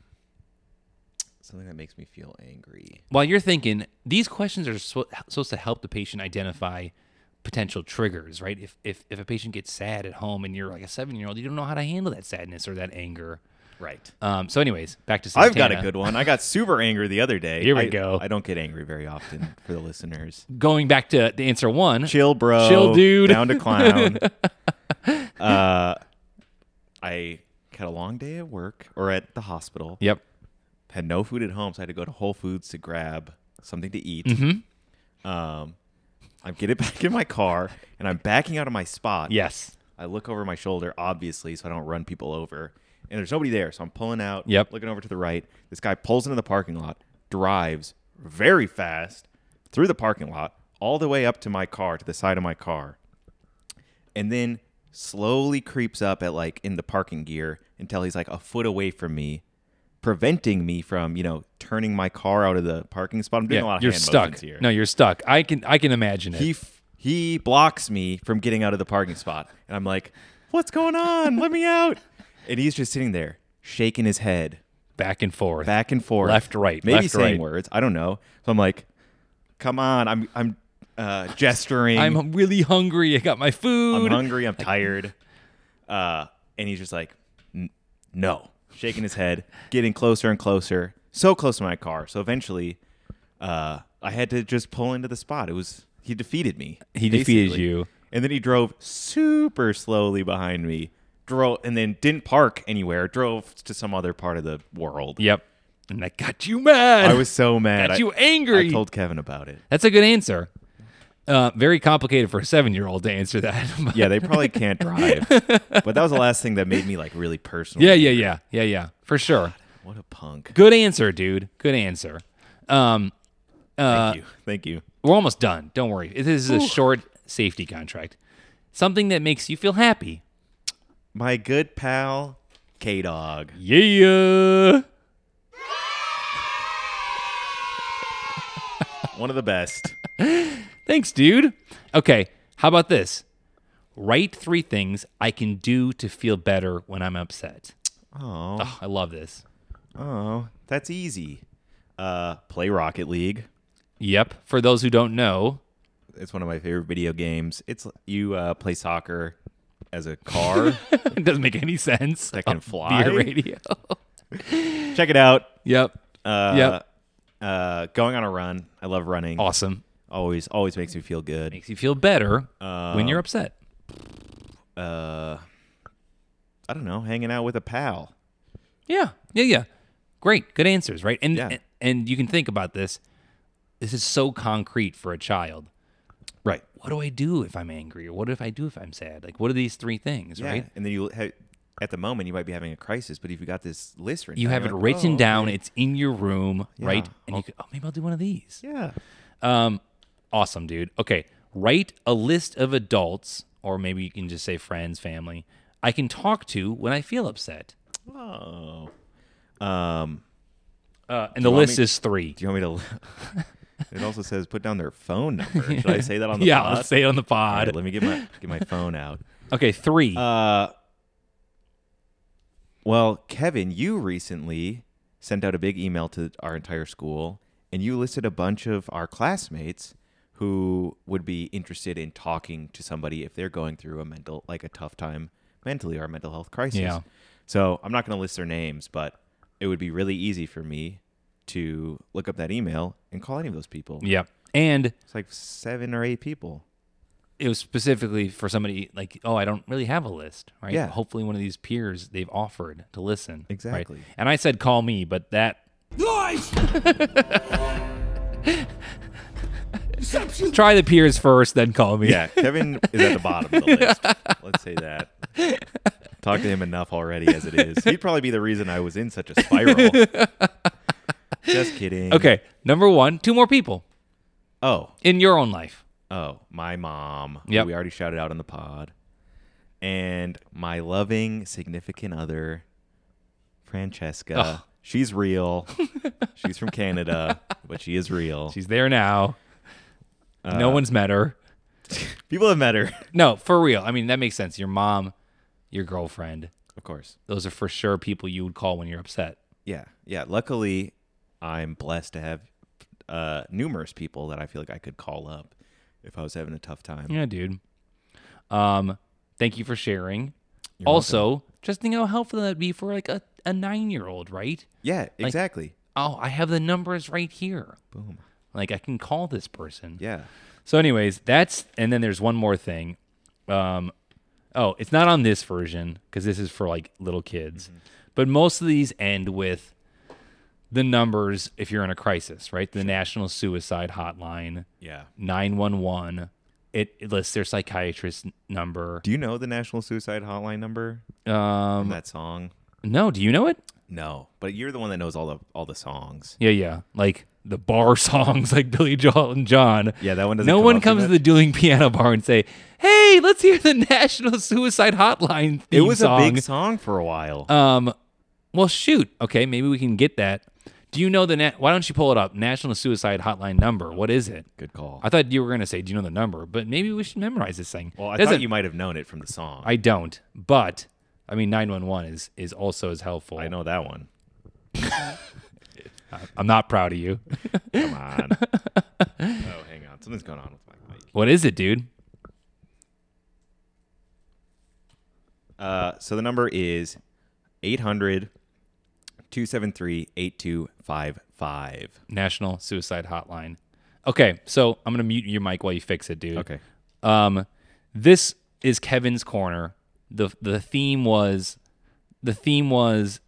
A: Something that makes me feel angry.
B: While you're thinking, these questions are sw- supposed to help the patient identify potential triggers, right? If if if a patient gets sad at home and you're like a seven year old, you don't know how to handle that sadness or that anger.
A: Right.
B: Um, so, anyways, back to
A: I've got a
B: Santana.
A: good one. I got super angry the other day.
B: Here we
A: I-
B: go.
A: I don't get angry very often for the listeners.
B: Going back to the answer one,
A: Chill, bro.
B: Chill, dude.
A: Down to clown. uh, I had a long day at work or at the hospital.
B: Yep.
A: Had no food at home, so I had to go to Whole Foods to grab something to eat.
B: Mm-hmm.
A: Um, I'm getting back in my car and I'm backing out of my spot.
B: Yes.
A: I look over my shoulder, obviously, so I don't run people over. And there's nobody there, so I'm pulling out.
B: Yep.
A: Looking over to the right. This guy pulls into the parking lot, drives very fast through the parking lot, all the way up to my car, to the side of my car, and then slowly creeps up at like in the parking gear until he's like a foot away from me, preventing me from you know turning my car out of the parking spot. I'm doing a lot
B: Yeah,
A: of
B: you're
A: hand
B: stuck.
A: motions here.
B: No, you're stuck. I can I can imagine it.
A: he f- He blocks me from getting out of the parking spot. And I'm like, what's going on? Let me out. And he's just sitting there shaking his head
B: Back and forth.
A: back and forth,
B: Left, right,
A: maybe
B: left,
A: saying
B: right.
A: words. I don't know. So I'm like, come on. I'm I'm uh, gesturing.
B: I'm really hungry. I got my
A: I'm
B: food.
A: hungry. I'm tired. Uh, and he's just like, "N- no, shaking his head, getting closer and closer, so close to my car. So eventually, uh, I had to just pull into the spot. It was he defeated me.
B: He defeated
A: basically.
B: you.
A: and then he drove super slowly behind me. Drove and then didn't park anywhere. Drove to some other part of the world.
B: Yep. And that got you mad.
A: I was so mad.
B: Got
A: I-
B: you angry.
A: I told Kevin about it.
B: That's a good answer. Uh, very complicated for a seven-year-old to answer that. but-
A: Yeah, they probably can't drive. but that was the last thing that made me like really personal.
B: yeah, yeah, yeah, yeah, yeah, for sure.
A: What a punk.
B: Good answer, dude. Good answer. Um,
A: Thank
B: Uh,
A: you. Thank you.
B: we're almost done. Don't worry. This is a short safety contract. Something that makes you feel happy.
A: My good pal, K Dog.
B: Yeah.
A: One of the best.
B: Thanks, dude. Okay, how about this? Write three things I can do to feel better when I'm upset.
A: Oh,
B: Oh, I love this.
A: oh, that's easy. Uh, play Rocket League.
B: Yep. For those who don't know,
A: It's one of my favorite video games. It's you uh, play soccer as a car
B: it doesn't make any sense.
A: that can
B: Oh,
A: fly.
B: Via radio.
A: Check it out.
B: yep.
A: Uh,
B: Yep.
A: Uh, going on a run. I love running.
B: Awesome.
A: Always, always makes me feel good.
B: Makes you feel better when you're upset.
A: uh I don't know, hanging out with a pal.
B: Yeah. Yeah. Yeah. Great. Good answers, right? And
A: Yeah.
B: and you can think about this. This is so concrete for a child.
A: Right.
B: What do I do if I'm angry? Or what if I do if I'm sad? Like, what are these three things,
A: Yeah.
B: right?
A: And then you ha- at the moment you might be having a crisis, but if you got this list written,
B: You
A: down,
B: have it
A: you're like,
B: written
A: "Oh,
B: down.
A: okay."
B: It's in your room, right?
A: Yeah.
B: And you could, oh, maybe I'll do one of these.
A: "Oh, yeah.
B: Um, awesome, dude. Okay, write a list of adults, or maybe you can just say friends, family. I can talk to when I feel upset.
A: Oh. Um,
B: Uh, and the
A: want
B: list
A: me-
B: is three.
A: do you want me to? it also says put down their phone number. Should I say that on the
B: Yeah,
A: pod?
B: let's say it on the
A: All
B: pod.
A: right, let me get my get my phone out.
B: okay, three.
A: Uh. Well, Kevin, you recently sent out a big email to our entire school, and you listed a bunch of our classmates who would be interested in talking to somebody if they're going through a mental, like a tough time mentally or a mental health crisis.
B: Yeah.
A: So I'm not going to list their names, but it would be really easy for me to look up that email and call any of those people.
B: yeah, and
A: It's like seven or eight people.
B: it was specifically for somebody like, oh, I don't really have a list, right?
A: Yeah.
B: Hopefully, one of these peers they've offered to listen. right?
A: Exactly.
B: And I said, call me, but that try the peers first, then call me.
A: Yeah, Kevin is at the bottom of the list. Let's say that. Talked to him enough already as it is. He'd probably be the reason I was in such a spiral. Just kidding.
B: Okay, number one, two more people
A: Oh,
B: in your own life.
A: oh, my mom. who
B: Yep.
A: We already shouted out on the pod. And my loving significant other, Francesca.
B: Ugh.
A: She's real. She's from Canada, but she is real.
B: She's there now.
A: Uh,
B: no one's met her.
A: People have met her,
B: No, for real. I mean, that makes sense. Your mom, your girlfriend,
A: of course.
B: those are for sure people you would call when you're upset.
A: Yeah, yeah. Luckily, I'm blessed to have uh, numerous people that I feel like I could call up if I was having a tough time.
B: Yeah, dude. Um, thank you for sharing. also, just think how helpful that'd be for like a, a nine year old, right?
A: Yeah, exactly.
B: Oh, I have the numbers right here. Boom. Like I can call this person.
A: yeah.
B: So, anyways, that's and then there's one more thing. Um, oh, it's not on this version because this is for like little kids, but most of these end with the numbers if you're in a crisis, right? The National Suicide Hotline,
A: Yeah.
B: nine one one. It it lists their psychiatrist n- number.
A: Do you know the National Suicide Hotline number?
B: Um,
A: that song?
B: no, do you know it?
A: No, but you're the one that knows all the all the songs.
B: Yeah, yeah, like the bar songs, like Billy Joel and John.
A: Yeah, that one doesn't.
B: No
A: come
B: one
A: up too
B: comes to the
A: much.
B: dueling piano bar and say, "Hey, let's hear the National Suicide Hotline theme Uh,
A: It was
B: song."
A: a big song for a while.
B: Um, well, shoot. Okay, maybe we can get that. Do you know the net? Why don't you pull it up? National Suicide Hotline number. What is it?
A: Good call.
B: I thought you were gonna say, "Do you know the number?" But maybe we should memorize this thing.
A: well, I
B: Doesn't-
A: thought you might have known it from the song.
B: I don't. But I mean, nine one one is is also as helpful.
A: I know that one.
B: I'm not proud of you.
A: Come on. oh, hang on. Something's going on with my mic.
B: what is it, dude?
A: Uh, so the number is 800 273 8255.
B: National Suicide Hotline. Okay, so I'm gonna mute your mic while you fix it, dude.
A: Okay.
B: Um, this is Kevin's corner. the The theme was, the theme was,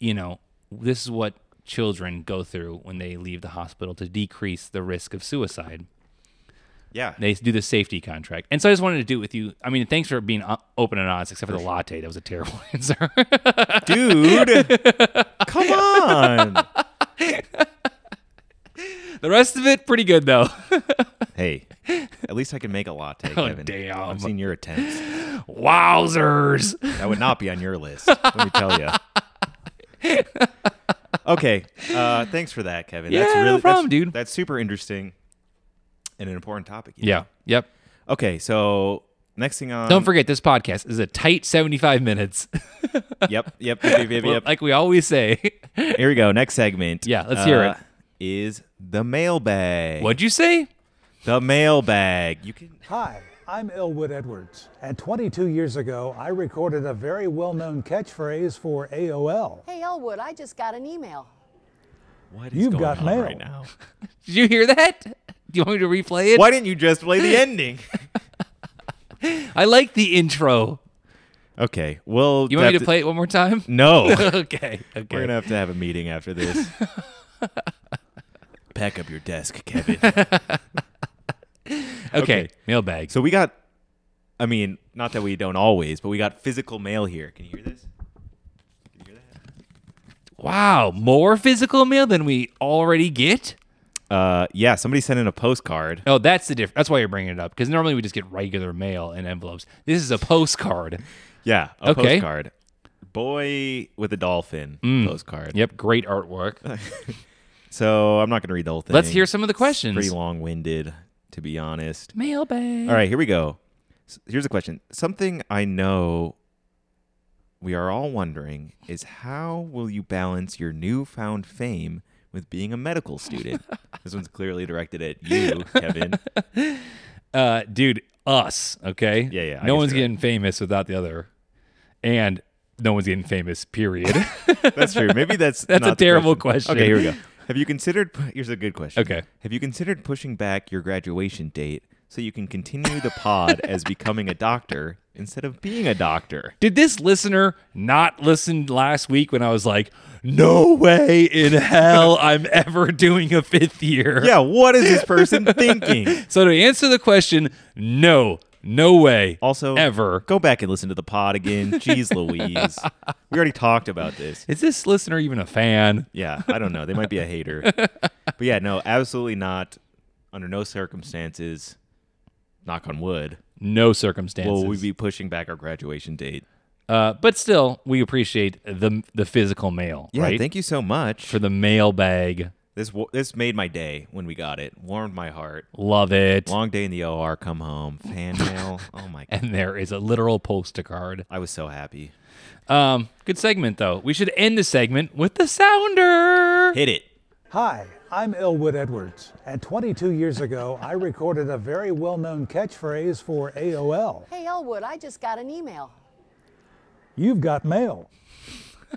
B: you know, this is what children go through when they leave the hospital to decrease the risk of suicide.
A: Yeah.
B: They do the safety contract, and so I just wanted to do it with you. I mean, thanks for being o- open and honest, except for the latte. That was a terrible answer.
A: Dude. Come on.
B: the rest of it, pretty good though.
A: Hey, at least I can make a latte,
B: Oh,
A: Kevin.
B: damn.
A: I've seen your attempts.
B: Wowzers!
A: That would not be on your list. Let me tell you. Okay. Uh, thanks for that, Kevin. that's
B: Yeah, no
A: really, that's-
B: problem, dude.
A: That's super interesting and an important topic. you know?
B: Yeah. Yep.
A: Okay. So next thing on.
B: Don't forget, this podcast is a tight 75 minutes,
A: Yep. Yep. Yep. Yep. yep.
B: like we always say.
A: Here we go. Next segment. Uh,
B: Yeah, let's hear it.
A: Is the mailbag?
B: What'd you say?
A: The mailbag. You can.
F: Hi, I'm Elwood Edwards, and 22 years ago, I recorded a very well known catchphrase for AOL.
G: Hey, Elwood, I just got an email.
A: What
F: You've
A: going
F: got
A: on
F: mail.
A: right now.
B: Did you hear that? Do you want me to replay it?
A: Why didn't you just play the ending?
B: I like the intro.
A: okay. Well,
B: You want me
A: have
B: to play it one more time?
A: No.
B: okay. Okay.
A: We're gonna have to have a meeting after this. Pack up your desk, Kevin.
B: okay. Mailbag.
A: so we got. I mean, not that we don't always, but we got physical mail here. Can you hear this?
B: wow. More physical mail than we already get?
A: Uh, yeah. Somebody sent in a postcard.
B: Oh, that's the difference. That's why you're bringing it up because normally we just get regular mail in envelopes. This is a postcard.
A: Yeah. A
B: Okay. Mm.
A: postcard. Boy with a dolphin postcard.
B: yep. Great artwork.
A: So I'm not going to read the whole thing.
B: Let's hear some of the
A: It's
B: questions.
A: pretty long winded, to be honest.
B: Mailbag.
A: All right, here we go. S- Here's a question. Something I know we are all wondering is how will you balance your newfound fame with being a medical student? this one's clearly directed at you, Kevin.
B: uh, dude, us, okay?
A: Yeah, yeah, I
B: No
A: guess
B: one's
A: you're right.
B: getting famous without the other, and no one's getting famous. Period.
A: That's true. Maybe that's
B: That's a
A: not the
B: terrible question.
A: Okay, here we go. Have you considered? pu- Here's a good question.
B: Okay.
A: Have you considered pushing back your graduation date so you can continue the pod as becoming a doctor instead of being a doctor?
B: Did this listener not listen last week when I was like, "No way in hell I'm ever doing a fifth year"?
A: Yeah. What is this person thinking?
B: So to answer the question, no, no way.
A: Also,
B: ever.
A: go back and listen to the pod again. Jeez, Louise. We already talked about this.
B: Is this listener even a fan?
A: Yeah. I don't know. They might be a hater. But yeah, no, absolutely not. Under no circumstances. Knock on wood.
B: No circumstances.
A: Will we be pushing back our graduation date?
B: uh, but still, we appreciate the the physical mail,
A: Yeah.
B: right?
A: Thank you so much.
B: For the mailbag,
A: This wa- this made my day when we got it. Warmed my heart.
B: love it.
A: Long day in the OR. Come home. Fan mail. Oh my god.
B: and there is a literal postcard.
A: I was so happy.
B: Um, good segment though. We should end the segment with the sounder.
A: Hit it.
F: Hi, I'm Elwood Edwards, and 22 years ago, I recorded a very well known catchphrase for AOL.
G: Hey, Elwood, I just got an email.
F: You've got mail.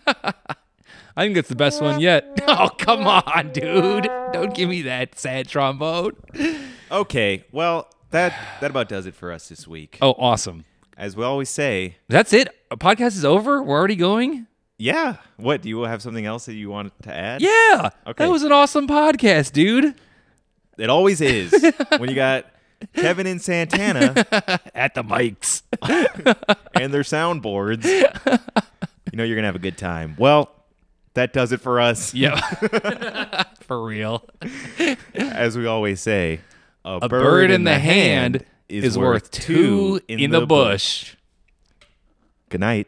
B: I think that's the best one yet. Oh come on, dude! Don't give me that sad trombone.
A: Okay. Well, that that about does it for us this week.
B: Oh, awesome.
A: As we always say,
B: That's it. A podcast is over. We're already going.
A: yeah. What do you have something else that you want to add?
B: Yeah.
A: Okay.
B: That was an awesome podcast, dude.
A: It always is when you got Kevin and Santana
B: At the mics.
A: and their soundboards. You know you're gonna have a good time. Well, that does it for us.
B: Yep. For real.
A: As we always say, a,
B: A bird, in the hand is worth two in the bush.
A: Good night.